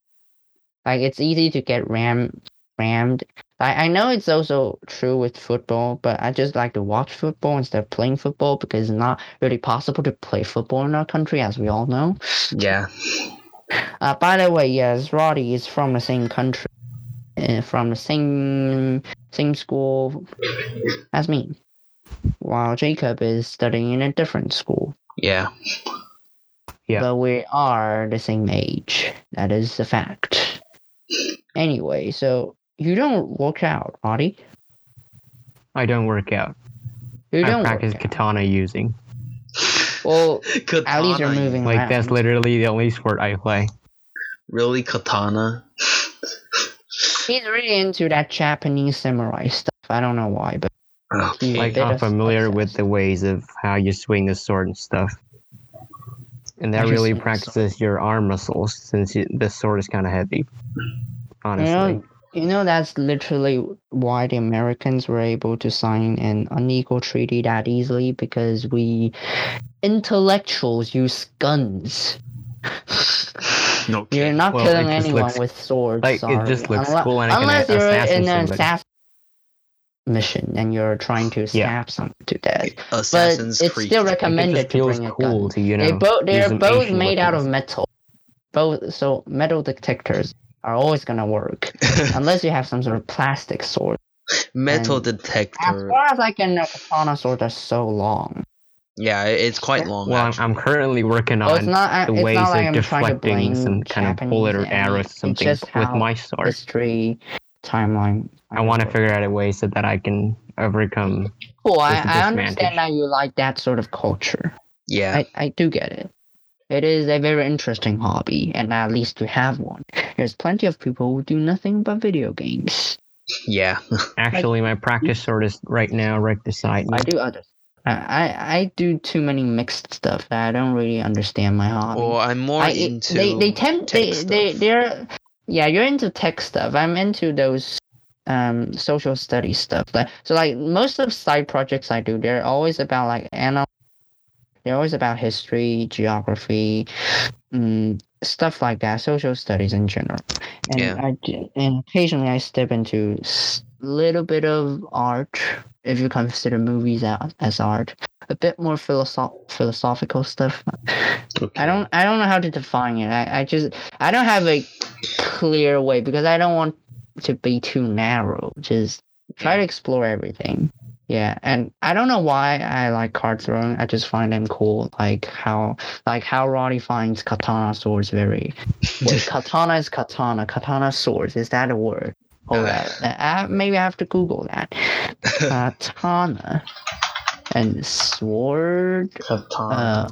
[SPEAKER 1] Like it's easy to get ram rammed. I, I know it's also true with football, but I just like to watch football instead of playing football because it's not really possible to play football in our country, as we all know.
[SPEAKER 2] Yeah.
[SPEAKER 1] Uh, by the way, yes, Roddy is from the same country, uh, from the same same school as me, while Jacob is studying in a different school.
[SPEAKER 2] Yeah.
[SPEAKER 3] Yeah.
[SPEAKER 1] but we are the same age. That is a fact. Anyway, so you don't work out, Roddy.
[SPEAKER 3] I don't work out.
[SPEAKER 1] You
[SPEAKER 3] I
[SPEAKER 1] don't
[SPEAKER 3] practice
[SPEAKER 1] work out.
[SPEAKER 3] katana using.
[SPEAKER 1] Well,
[SPEAKER 2] Katana.
[SPEAKER 1] at least you're moving
[SPEAKER 3] Like
[SPEAKER 1] around.
[SPEAKER 3] that's literally the only sport I play.
[SPEAKER 2] Really, katana.
[SPEAKER 1] He's really into that Japanese samurai stuff. I don't know why, but
[SPEAKER 2] Okay.
[SPEAKER 1] Like,
[SPEAKER 3] Like
[SPEAKER 1] They
[SPEAKER 3] I'm
[SPEAKER 1] just-
[SPEAKER 3] familiar with the ways of how you swing the sword and stuff. And
[SPEAKER 1] How
[SPEAKER 3] that
[SPEAKER 1] you
[SPEAKER 3] really
[SPEAKER 1] swing the sword.
[SPEAKER 3] practices your arm muscles since you, the sword is kind of heavy. Honestly.
[SPEAKER 1] you know, you know that's literally why the Americans were able to sign an unequal treaty that easily because we intellectuals use guns.
[SPEAKER 2] No.
[SPEAKER 1] You're not
[SPEAKER 3] Well,
[SPEAKER 1] killing
[SPEAKER 3] it just
[SPEAKER 1] anyone
[SPEAKER 3] looks-
[SPEAKER 1] with swords.
[SPEAKER 3] like, it
[SPEAKER 1] sorry.
[SPEAKER 3] just looks
[SPEAKER 1] Unle-
[SPEAKER 3] cool and it can
[SPEAKER 1] unless
[SPEAKER 3] a-
[SPEAKER 1] you're in
[SPEAKER 3] assassin
[SPEAKER 1] an
[SPEAKER 3] somebody.
[SPEAKER 1] assassin mission and you're trying to stab
[SPEAKER 3] Yeah.
[SPEAKER 1] someone to death, but
[SPEAKER 2] Assassin's
[SPEAKER 1] it's
[SPEAKER 2] Creed.
[SPEAKER 1] still
[SPEAKER 3] Like, it
[SPEAKER 1] recommended
[SPEAKER 3] just
[SPEAKER 1] to
[SPEAKER 3] feels
[SPEAKER 1] bring a
[SPEAKER 3] cool
[SPEAKER 1] gun.
[SPEAKER 3] to you know.
[SPEAKER 1] They both
[SPEAKER 3] use
[SPEAKER 1] they're
[SPEAKER 3] some
[SPEAKER 1] both
[SPEAKER 3] ancient
[SPEAKER 1] made out of
[SPEAKER 3] weapons.
[SPEAKER 1] metal. Both so metal detectors are always gonna work unless you have some sort of plastic sword.
[SPEAKER 2] Metal
[SPEAKER 1] and- As
[SPEAKER 2] detector.
[SPEAKER 1] far as I can know, katana swords are so long.
[SPEAKER 2] Yeah, it- it's quite long.
[SPEAKER 3] Well, I'm,
[SPEAKER 2] actually.
[SPEAKER 3] I'm currently working
[SPEAKER 1] Oh, it's
[SPEAKER 3] on
[SPEAKER 1] not. I-
[SPEAKER 3] the
[SPEAKER 1] it's
[SPEAKER 3] ways
[SPEAKER 1] not
[SPEAKER 3] of
[SPEAKER 1] like I'm trying to blame
[SPEAKER 3] deflecting some kind of bullet or
[SPEAKER 1] Japanese
[SPEAKER 3] arrow or
[SPEAKER 1] anime. It's
[SPEAKER 3] something
[SPEAKER 1] just
[SPEAKER 3] with
[SPEAKER 1] how
[SPEAKER 3] my sword.
[SPEAKER 1] history timeline.
[SPEAKER 3] I want to
[SPEAKER 1] works.
[SPEAKER 3] figure out a way so that I can overcome.
[SPEAKER 1] Cool. I,
[SPEAKER 3] It's a
[SPEAKER 1] I understand
[SPEAKER 3] disadvantage.
[SPEAKER 1] that you like that sort of culture.
[SPEAKER 2] yeah.
[SPEAKER 1] I, I do get it. It is a very interesting hobby, and at least you have one. There's plenty of people who do nothing but video games.
[SPEAKER 2] yeah.
[SPEAKER 3] Actually, my practice sword is right now right beside me.
[SPEAKER 1] I do others. I, I I do too many mixed stuff that I don't really understand my hobby.
[SPEAKER 2] Well, I'm more
[SPEAKER 1] I, it-
[SPEAKER 2] into.
[SPEAKER 1] they they tend
[SPEAKER 2] tech
[SPEAKER 1] they, they
[SPEAKER 2] stuff.
[SPEAKER 1] they're yeah you're into tech stuff. I'm into those um social study stuff. Like so like most of side projects I do they're always about like anal. They're always about history, geography, mm, stuff like that. Social studies in general, and
[SPEAKER 2] Yeah.
[SPEAKER 1] I d- and occasionally I step into s- little bit of art if you consider movies as, as art. A bit more philosoph- philosophical stuff. I don't I don't know how to define it. I, I just I don't have a clear way because I don't want to be too narrow. Just try to explore everything. Yeah, and I don't know why I like card throwing. I just find them cool. Like how like how Roddy finds katana swords very. Wait, katana is katana. Katana swords is that a word? Hold
[SPEAKER 2] Uh.
[SPEAKER 1] up. Uh, maybe I have to Google that. Katana and sword.
[SPEAKER 2] Katana.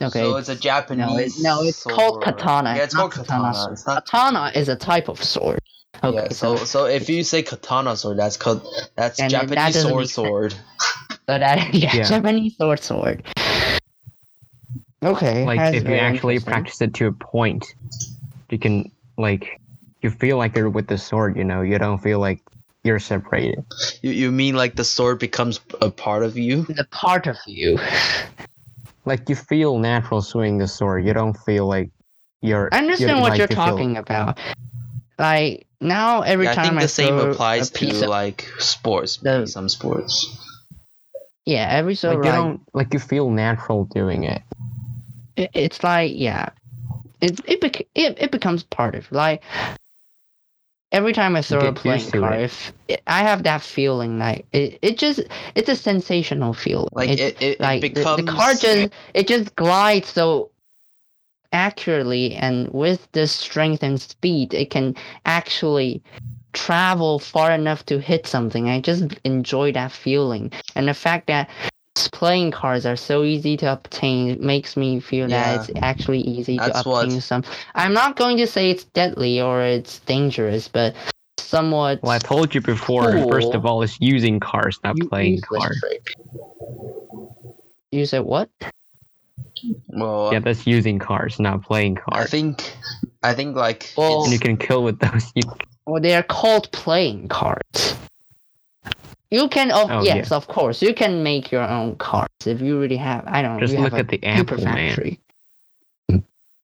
[SPEAKER 1] Uh, okay.
[SPEAKER 2] So it's a Japanese.
[SPEAKER 1] it- no, it's called
[SPEAKER 2] sword.
[SPEAKER 1] katana,
[SPEAKER 2] Yeah,
[SPEAKER 1] it's
[SPEAKER 2] it's called
[SPEAKER 1] not
[SPEAKER 2] katana.
[SPEAKER 1] katana
[SPEAKER 2] It's not
[SPEAKER 1] katana is a type of sword. Okay,
[SPEAKER 2] yeah, so
[SPEAKER 1] so, so
[SPEAKER 2] so if you say katana sword, that's called that's
[SPEAKER 1] And then that
[SPEAKER 2] Japanese
[SPEAKER 1] doesn't
[SPEAKER 2] sword
[SPEAKER 1] make sense.
[SPEAKER 2] sword.
[SPEAKER 1] that yeah,
[SPEAKER 3] Yeah.
[SPEAKER 1] Japanese sword sword. Okay,
[SPEAKER 3] Like
[SPEAKER 1] that's
[SPEAKER 3] if you
[SPEAKER 1] very
[SPEAKER 3] actually
[SPEAKER 1] interesting.
[SPEAKER 3] practice it to a point, you can like you feel like you're with the sword. You know, you don't feel like you're separated.
[SPEAKER 2] You, you mean like the sword becomes a part of you?
[SPEAKER 1] The part of you.
[SPEAKER 3] Like you feel natural swinging the sword. You don't feel like you're.
[SPEAKER 1] I understand what
[SPEAKER 3] like,
[SPEAKER 1] you're
[SPEAKER 3] you feel-
[SPEAKER 1] talking about. Like now, every
[SPEAKER 2] Yeah, I
[SPEAKER 1] time
[SPEAKER 2] think the same
[SPEAKER 1] throw
[SPEAKER 2] applies
[SPEAKER 1] a
[SPEAKER 2] to
[SPEAKER 1] piece of-
[SPEAKER 2] like sports,
[SPEAKER 1] the-
[SPEAKER 2] some sports.
[SPEAKER 1] yeah, every so
[SPEAKER 3] Like you
[SPEAKER 1] like,
[SPEAKER 3] don't like you feel natural doing it.
[SPEAKER 1] it- it's like yeah, it it, bec- it it becomes part of like every time I throw a
[SPEAKER 3] get
[SPEAKER 1] playing
[SPEAKER 3] used to
[SPEAKER 1] card,
[SPEAKER 3] it.
[SPEAKER 1] if it, I have that feeling, like it, it just it's a sensational feeling.
[SPEAKER 2] Like it, it, it
[SPEAKER 1] like the-
[SPEAKER 2] becomes
[SPEAKER 1] the card just it just glides so accurately and with this strength and speed it can actually travel far enough to hit something i just enjoy that feeling and the fact that s- playing cards are so easy to obtain makes me feel
[SPEAKER 2] Yeah.
[SPEAKER 1] that it's actually easy
[SPEAKER 2] That's
[SPEAKER 1] to
[SPEAKER 2] what-
[SPEAKER 1] obtain some i'm not going to say it's deadly or it's dangerous but somewhat
[SPEAKER 3] Well, I told you before. First of
[SPEAKER 1] Cool.
[SPEAKER 3] all, it's using cars, not
[SPEAKER 1] u-
[SPEAKER 3] playing
[SPEAKER 1] useless
[SPEAKER 3] cars.
[SPEAKER 1] trick. you said what
[SPEAKER 2] well,
[SPEAKER 3] Yeah, that's using cars, not playing
[SPEAKER 2] I
[SPEAKER 3] cars.
[SPEAKER 2] think, I think like
[SPEAKER 1] Well-
[SPEAKER 3] And you
[SPEAKER 2] it's-
[SPEAKER 3] can kill with those. You,
[SPEAKER 1] Well, they are called playing cards. You can, of
[SPEAKER 3] Oh, yeah.
[SPEAKER 1] yes, of course, you can make your own cards if you really have. I don't. know,
[SPEAKER 3] just
[SPEAKER 1] you
[SPEAKER 3] look
[SPEAKER 1] have
[SPEAKER 3] at the
[SPEAKER 1] a
[SPEAKER 3] apple,
[SPEAKER 1] paper
[SPEAKER 3] man.
[SPEAKER 1] factory.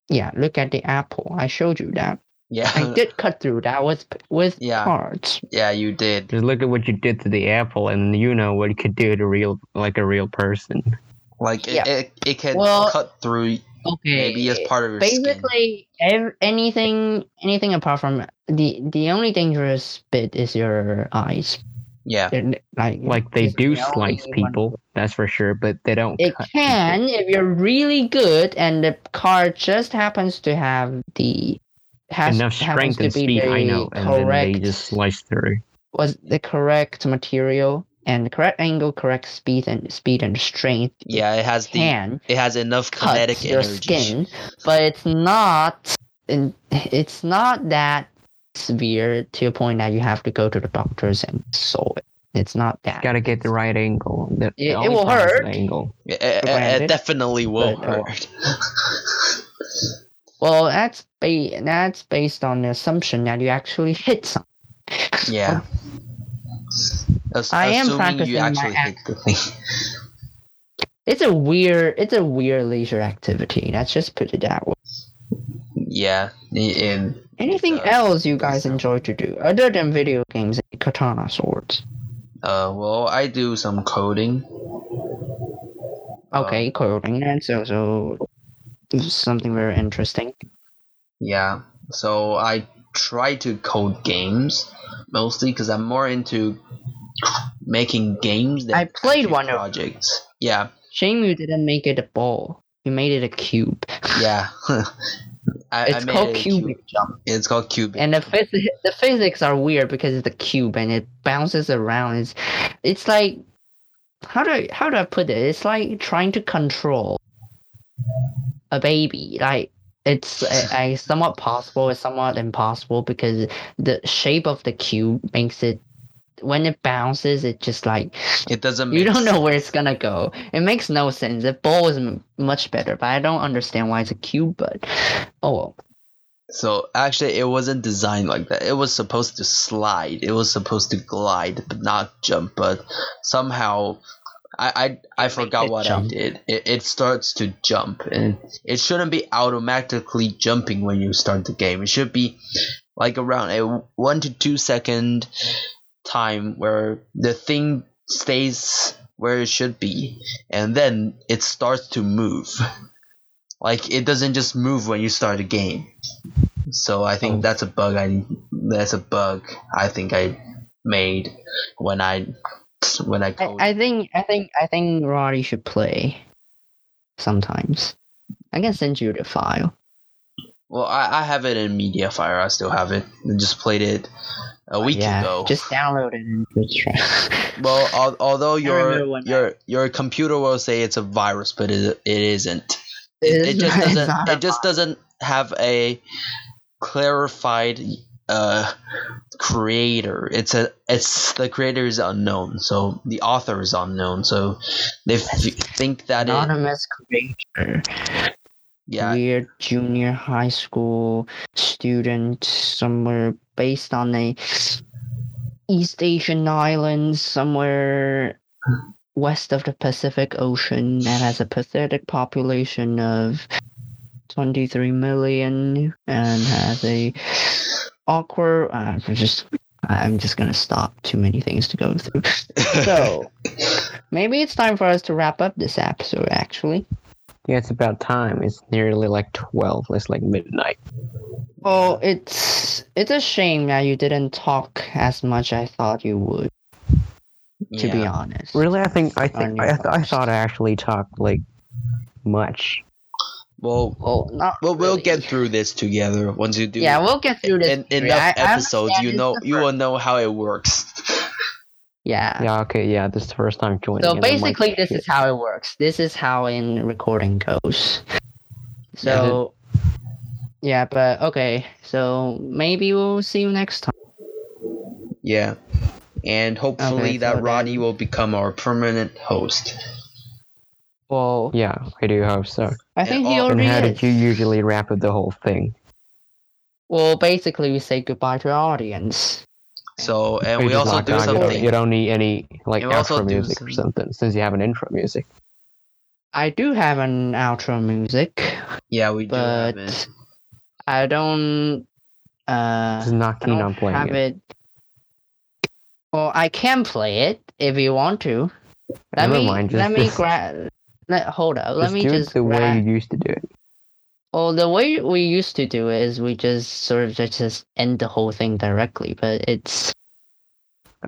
[SPEAKER 1] Yeah, look at the apple. I showed you that. I
[SPEAKER 2] yeah,
[SPEAKER 1] did cut through that with with
[SPEAKER 2] Yeah.
[SPEAKER 1] cards.
[SPEAKER 2] yeah, you did.
[SPEAKER 3] Just look at what you did to the apple, and you know what you could do to real, like a real person.
[SPEAKER 2] Like it,
[SPEAKER 1] Yeah.
[SPEAKER 2] it, it can
[SPEAKER 1] Well-
[SPEAKER 2] cut through
[SPEAKER 1] Okay.
[SPEAKER 2] maybe as part of your skin.
[SPEAKER 1] Basically, ev- anything, anything apart from the the only dangerous bit is your eyes.
[SPEAKER 2] Yeah,
[SPEAKER 1] They're Like
[SPEAKER 3] Like they
[SPEAKER 1] it's
[SPEAKER 3] do
[SPEAKER 1] the
[SPEAKER 3] slice
[SPEAKER 1] only one-
[SPEAKER 3] people, that's for sure, but they don't.
[SPEAKER 1] It
[SPEAKER 3] cut
[SPEAKER 1] can if you're really good and the car just happens to have the has
[SPEAKER 3] enough
[SPEAKER 1] happens
[SPEAKER 3] strength
[SPEAKER 1] to
[SPEAKER 3] and
[SPEAKER 1] be
[SPEAKER 3] speed.
[SPEAKER 1] the
[SPEAKER 3] I know, and
[SPEAKER 1] correct
[SPEAKER 3] then they just slice through.
[SPEAKER 1] was the correct material and the correct angle, correct speed and speed and strength
[SPEAKER 2] yeah, it has the
[SPEAKER 1] can
[SPEAKER 2] it has enough
[SPEAKER 1] cut
[SPEAKER 2] kinetic
[SPEAKER 1] your
[SPEAKER 2] energy.
[SPEAKER 1] skin, but it's not and it's not that severe to a point that you have to go to the doctors and solve it. It's not that.
[SPEAKER 3] Gotta get the right angle. The, the
[SPEAKER 1] It- it
[SPEAKER 3] only
[SPEAKER 1] will
[SPEAKER 3] problem is the
[SPEAKER 1] hurt.
[SPEAKER 3] Angle.
[SPEAKER 2] It, it- it,
[SPEAKER 1] Granted,
[SPEAKER 2] definitely will
[SPEAKER 1] but, uh,
[SPEAKER 2] hurt.
[SPEAKER 1] Well, that's ba- that's based on the assumption that you actually hit something.
[SPEAKER 2] yeah. As-
[SPEAKER 1] I am
[SPEAKER 2] assuming
[SPEAKER 1] practicing
[SPEAKER 2] you
[SPEAKER 1] my
[SPEAKER 2] actually hit the thing.
[SPEAKER 1] It's a weird, it's a weird leisure activity. Let's just put it that way.
[SPEAKER 2] Yeah, and
[SPEAKER 1] Anything
[SPEAKER 2] Uh,
[SPEAKER 1] else you guys
[SPEAKER 2] so-
[SPEAKER 1] enjoy to do other than video games and katana swords?
[SPEAKER 2] uh, well, I do some coding.
[SPEAKER 1] Okay, coding. That's also something very interesting.
[SPEAKER 2] Yeah, so I try to code games mostly because I'm more into making games than
[SPEAKER 1] I played
[SPEAKER 2] actual
[SPEAKER 1] one of.
[SPEAKER 2] projects. Yeah,
[SPEAKER 1] Shame you didn't make it a ball. You made it a cube.
[SPEAKER 2] yeah. I, I
[SPEAKER 1] It's
[SPEAKER 2] made
[SPEAKER 1] called
[SPEAKER 2] it a
[SPEAKER 1] cubic jump,
[SPEAKER 2] It's called Cubic.
[SPEAKER 1] and the phys- the physics are weird because it's a cube and it bounces around. It's it's like how do I, how do I put it? It's like trying to control a baby. Like it's a, a somewhat possible, it's somewhat impossible because the shape of the cube makes it when it bounces, it just like
[SPEAKER 2] It doesn't.
[SPEAKER 1] you
[SPEAKER 2] make
[SPEAKER 1] don't know where it's gonna go. It makes no sense. The ball is m- much better, but I don't understand why it's a cube. But oh well.
[SPEAKER 2] So actually, it wasn't designed like that. It was supposed to slide. It was supposed to glide, but not jump. But somehow, I I, I forgot
[SPEAKER 1] it
[SPEAKER 2] what I
[SPEAKER 1] jump.
[SPEAKER 2] did. It, it starts to jump, and it shouldn't be automatically jumping when you start the game. It should be like around a one to two second time where the thing stays where it should be, and then it starts to move. Like it doesn't just move when you start a game. So I think
[SPEAKER 3] Oh.
[SPEAKER 2] that's a bug. I that's a bug. I think I made when I when I coded.
[SPEAKER 1] I, I think I think I think Roddy should play sometimes. I can send you the file.
[SPEAKER 2] well, I, I have it in MediaFire. I still have it. I just played it a week
[SPEAKER 1] yeah,
[SPEAKER 2] ago.
[SPEAKER 1] just download it and just try.
[SPEAKER 2] well, al- although
[SPEAKER 1] remember
[SPEAKER 2] your
[SPEAKER 1] when
[SPEAKER 2] your your computer will say it's a virus, but it, it isn't.
[SPEAKER 1] It
[SPEAKER 2] It, it
[SPEAKER 1] is
[SPEAKER 2] just
[SPEAKER 1] not- it's
[SPEAKER 2] doesn't.
[SPEAKER 1] not a
[SPEAKER 2] It just doesn't have a clarified uh creator. It's a it's the creator is unknown, so the author is unknown. So if you think that it,
[SPEAKER 1] Anonymous creator,
[SPEAKER 2] yeah,
[SPEAKER 1] weird junior high school student somewhere based on a East Asian islands somewhere west of the Pacific Ocean that has a pathetic population of 23 million and has a awkward. Uh, I'm just I'm just gonna stop. Too many things to go through. So maybe it's time for us to wrap up this episode. Actually,
[SPEAKER 3] Yeah, it's about time. It's nearly like 12. It's like midnight.
[SPEAKER 1] well, it's it's a shame that you didn't talk as much I thought you would. To be
[SPEAKER 2] Yeah.
[SPEAKER 1] honest,
[SPEAKER 3] Really? I think I
[SPEAKER 1] think-
[SPEAKER 3] think
[SPEAKER 1] I
[SPEAKER 3] I,
[SPEAKER 1] th- I
[SPEAKER 3] thought I actually talked like much.
[SPEAKER 2] Well,
[SPEAKER 1] well, not
[SPEAKER 2] well, we'll
[SPEAKER 1] really.
[SPEAKER 2] get through this together once you do.
[SPEAKER 1] Yeah, we'll get through this.
[SPEAKER 2] in
[SPEAKER 1] period.
[SPEAKER 2] enough
[SPEAKER 1] I- I
[SPEAKER 2] episodes,
[SPEAKER 1] understand
[SPEAKER 2] you
[SPEAKER 1] it's
[SPEAKER 2] know,
[SPEAKER 1] the
[SPEAKER 2] you
[SPEAKER 1] first-
[SPEAKER 2] will know how it works.
[SPEAKER 1] Yeah.
[SPEAKER 3] Yeah, okay, yeah, this is the first time joining.
[SPEAKER 1] So
[SPEAKER 3] and I'm like,
[SPEAKER 1] basically, this
[SPEAKER 3] shit.
[SPEAKER 1] is how it works. This is how in recording goes. So, yeah, but okay. So maybe we'll see you next time.
[SPEAKER 2] yeah, and hopefully
[SPEAKER 1] Okay,
[SPEAKER 2] that
[SPEAKER 1] so
[SPEAKER 2] Rodney
[SPEAKER 1] then-
[SPEAKER 2] will become our permanent host.
[SPEAKER 1] Well,
[SPEAKER 3] Yeah, I do hope so.
[SPEAKER 1] I think he
[SPEAKER 2] all-
[SPEAKER 3] And
[SPEAKER 1] already
[SPEAKER 3] how
[SPEAKER 1] is.
[SPEAKER 3] did you usually wrap up the whole thing?
[SPEAKER 1] Well, basically, we say goodbye to our audience.
[SPEAKER 2] So, and
[SPEAKER 3] You
[SPEAKER 2] we
[SPEAKER 3] just
[SPEAKER 2] also
[SPEAKER 3] lock
[SPEAKER 2] do
[SPEAKER 3] on, you don't-
[SPEAKER 2] something.
[SPEAKER 3] You don't need any like
[SPEAKER 2] And we also
[SPEAKER 3] outro
[SPEAKER 2] do
[SPEAKER 3] music or
[SPEAKER 2] some-
[SPEAKER 3] something since you have an intro music.
[SPEAKER 1] I do have an outro music,
[SPEAKER 2] Yeah, we do have it.
[SPEAKER 1] but I don't. Uh,
[SPEAKER 3] Just not
[SPEAKER 1] I
[SPEAKER 3] keen
[SPEAKER 1] don't
[SPEAKER 3] on playing
[SPEAKER 1] have
[SPEAKER 3] it.
[SPEAKER 1] it. Well, I can play it if you want to. Let
[SPEAKER 3] Never
[SPEAKER 1] me
[SPEAKER 3] mind. Just,
[SPEAKER 1] let me
[SPEAKER 3] just,
[SPEAKER 1] grab. Let, hold up. Let
[SPEAKER 3] just
[SPEAKER 1] me
[SPEAKER 3] do
[SPEAKER 1] just
[SPEAKER 3] it the
[SPEAKER 1] grab.
[SPEAKER 3] way you used to do it.
[SPEAKER 1] Well, the way we used to do it is we just sort of just- just end the whole thing directly, but it's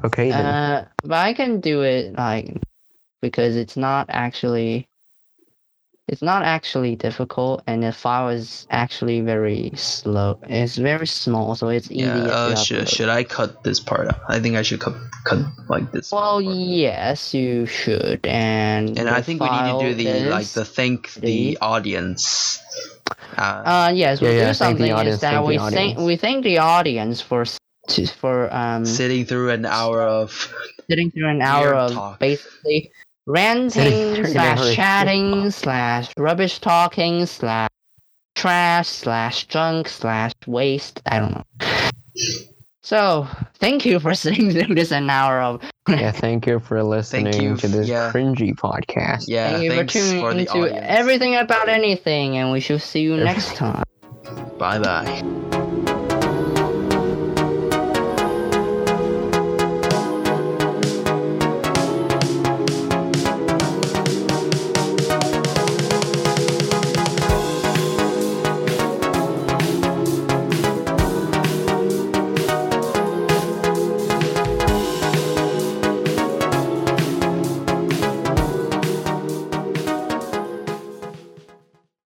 [SPEAKER 3] Okay. Then.
[SPEAKER 1] uh, but I can do it like because it's not actually it's not actually difficult, and the file is actually very slow. It's very small, so it's easy.
[SPEAKER 2] Yeah,
[SPEAKER 1] if
[SPEAKER 2] uh,
[SPEAKER 1] you
[SPEAKER 2] should,
[SPEAKER 1] upload.
[SPEAKER 2] should I cut this part out? I think I should cut, cut like this.
[SPEAKER 1] Well,
[SPEAKER 2] part.
[SPEAKER 1] yes, you should, and
[SPEAKER 2] and
[SPEAKER 1] the
[SPEAKER 2] I think we need to do
[SPEAKER 1] file
[SPEAKER 2] the like
[SPEAKER 1] is-
[SPEAKER 2] the thank the
[SPEAKER 1] the-
[SPEAKER 2] audience. Uh,
[SPEAKER 1] Uh, yes, we
[SPEAKER 3] Yeah,
[SPEAKER 1] do
[SPEAKER 3] yeah, thank the
[SPEAKER 1] something is
[SPEAKER 3] audience,
[SPEAKER 1] that
[SPEAKER 3] thank the
[SPEAKER 1] we thank
[SPEAKER 3] audience.
[SPEAKER 1] we thank the audience for s- to, for um
[SPEAKER 2] sitting through an hour of
[SPEAKER 1] sitting through an hour
[SPEAKER 2] Weird
[SPEAKER 1] of
[SPEAKER 2] talk.
[SPEAKER 1] basically
[SPEAKER 3] Sitting
[SPEAKER 1] ranting
[SPEAKER 3] through an
[SPEAKER 1] slash
[SPEAKER 3] hour of weird
[SPEAKER 1] chatting
[SPEAKER 3] talk.
[SPEAKER 1] slash rubbish talking slash trash slash junk slash waste. I don't know. So thank you for sitting through this an hour of.
[SPEAKER 3] yeah, thank you for listening
[SPEAKER 2] you
[SPEAKER 3] to
[SPEAKER 2] f-
[SPEAKER 3] this
[SPEAKER 2] yeah.
[SPEAKER 3] cringy podcast.
[SPEAKER 2] yeah.
[SPEAKER 1] thank you for
[SPEAKER 2] thanks
[SPEAKER 1] tuning
[SPEAKER 2] for the
[SPEAKER 1] into
[SPEAKER 2] audience.
[SPEAKER 1] everything about anything, and we shall see you next time.
[SPEAKER 2] Bye bye.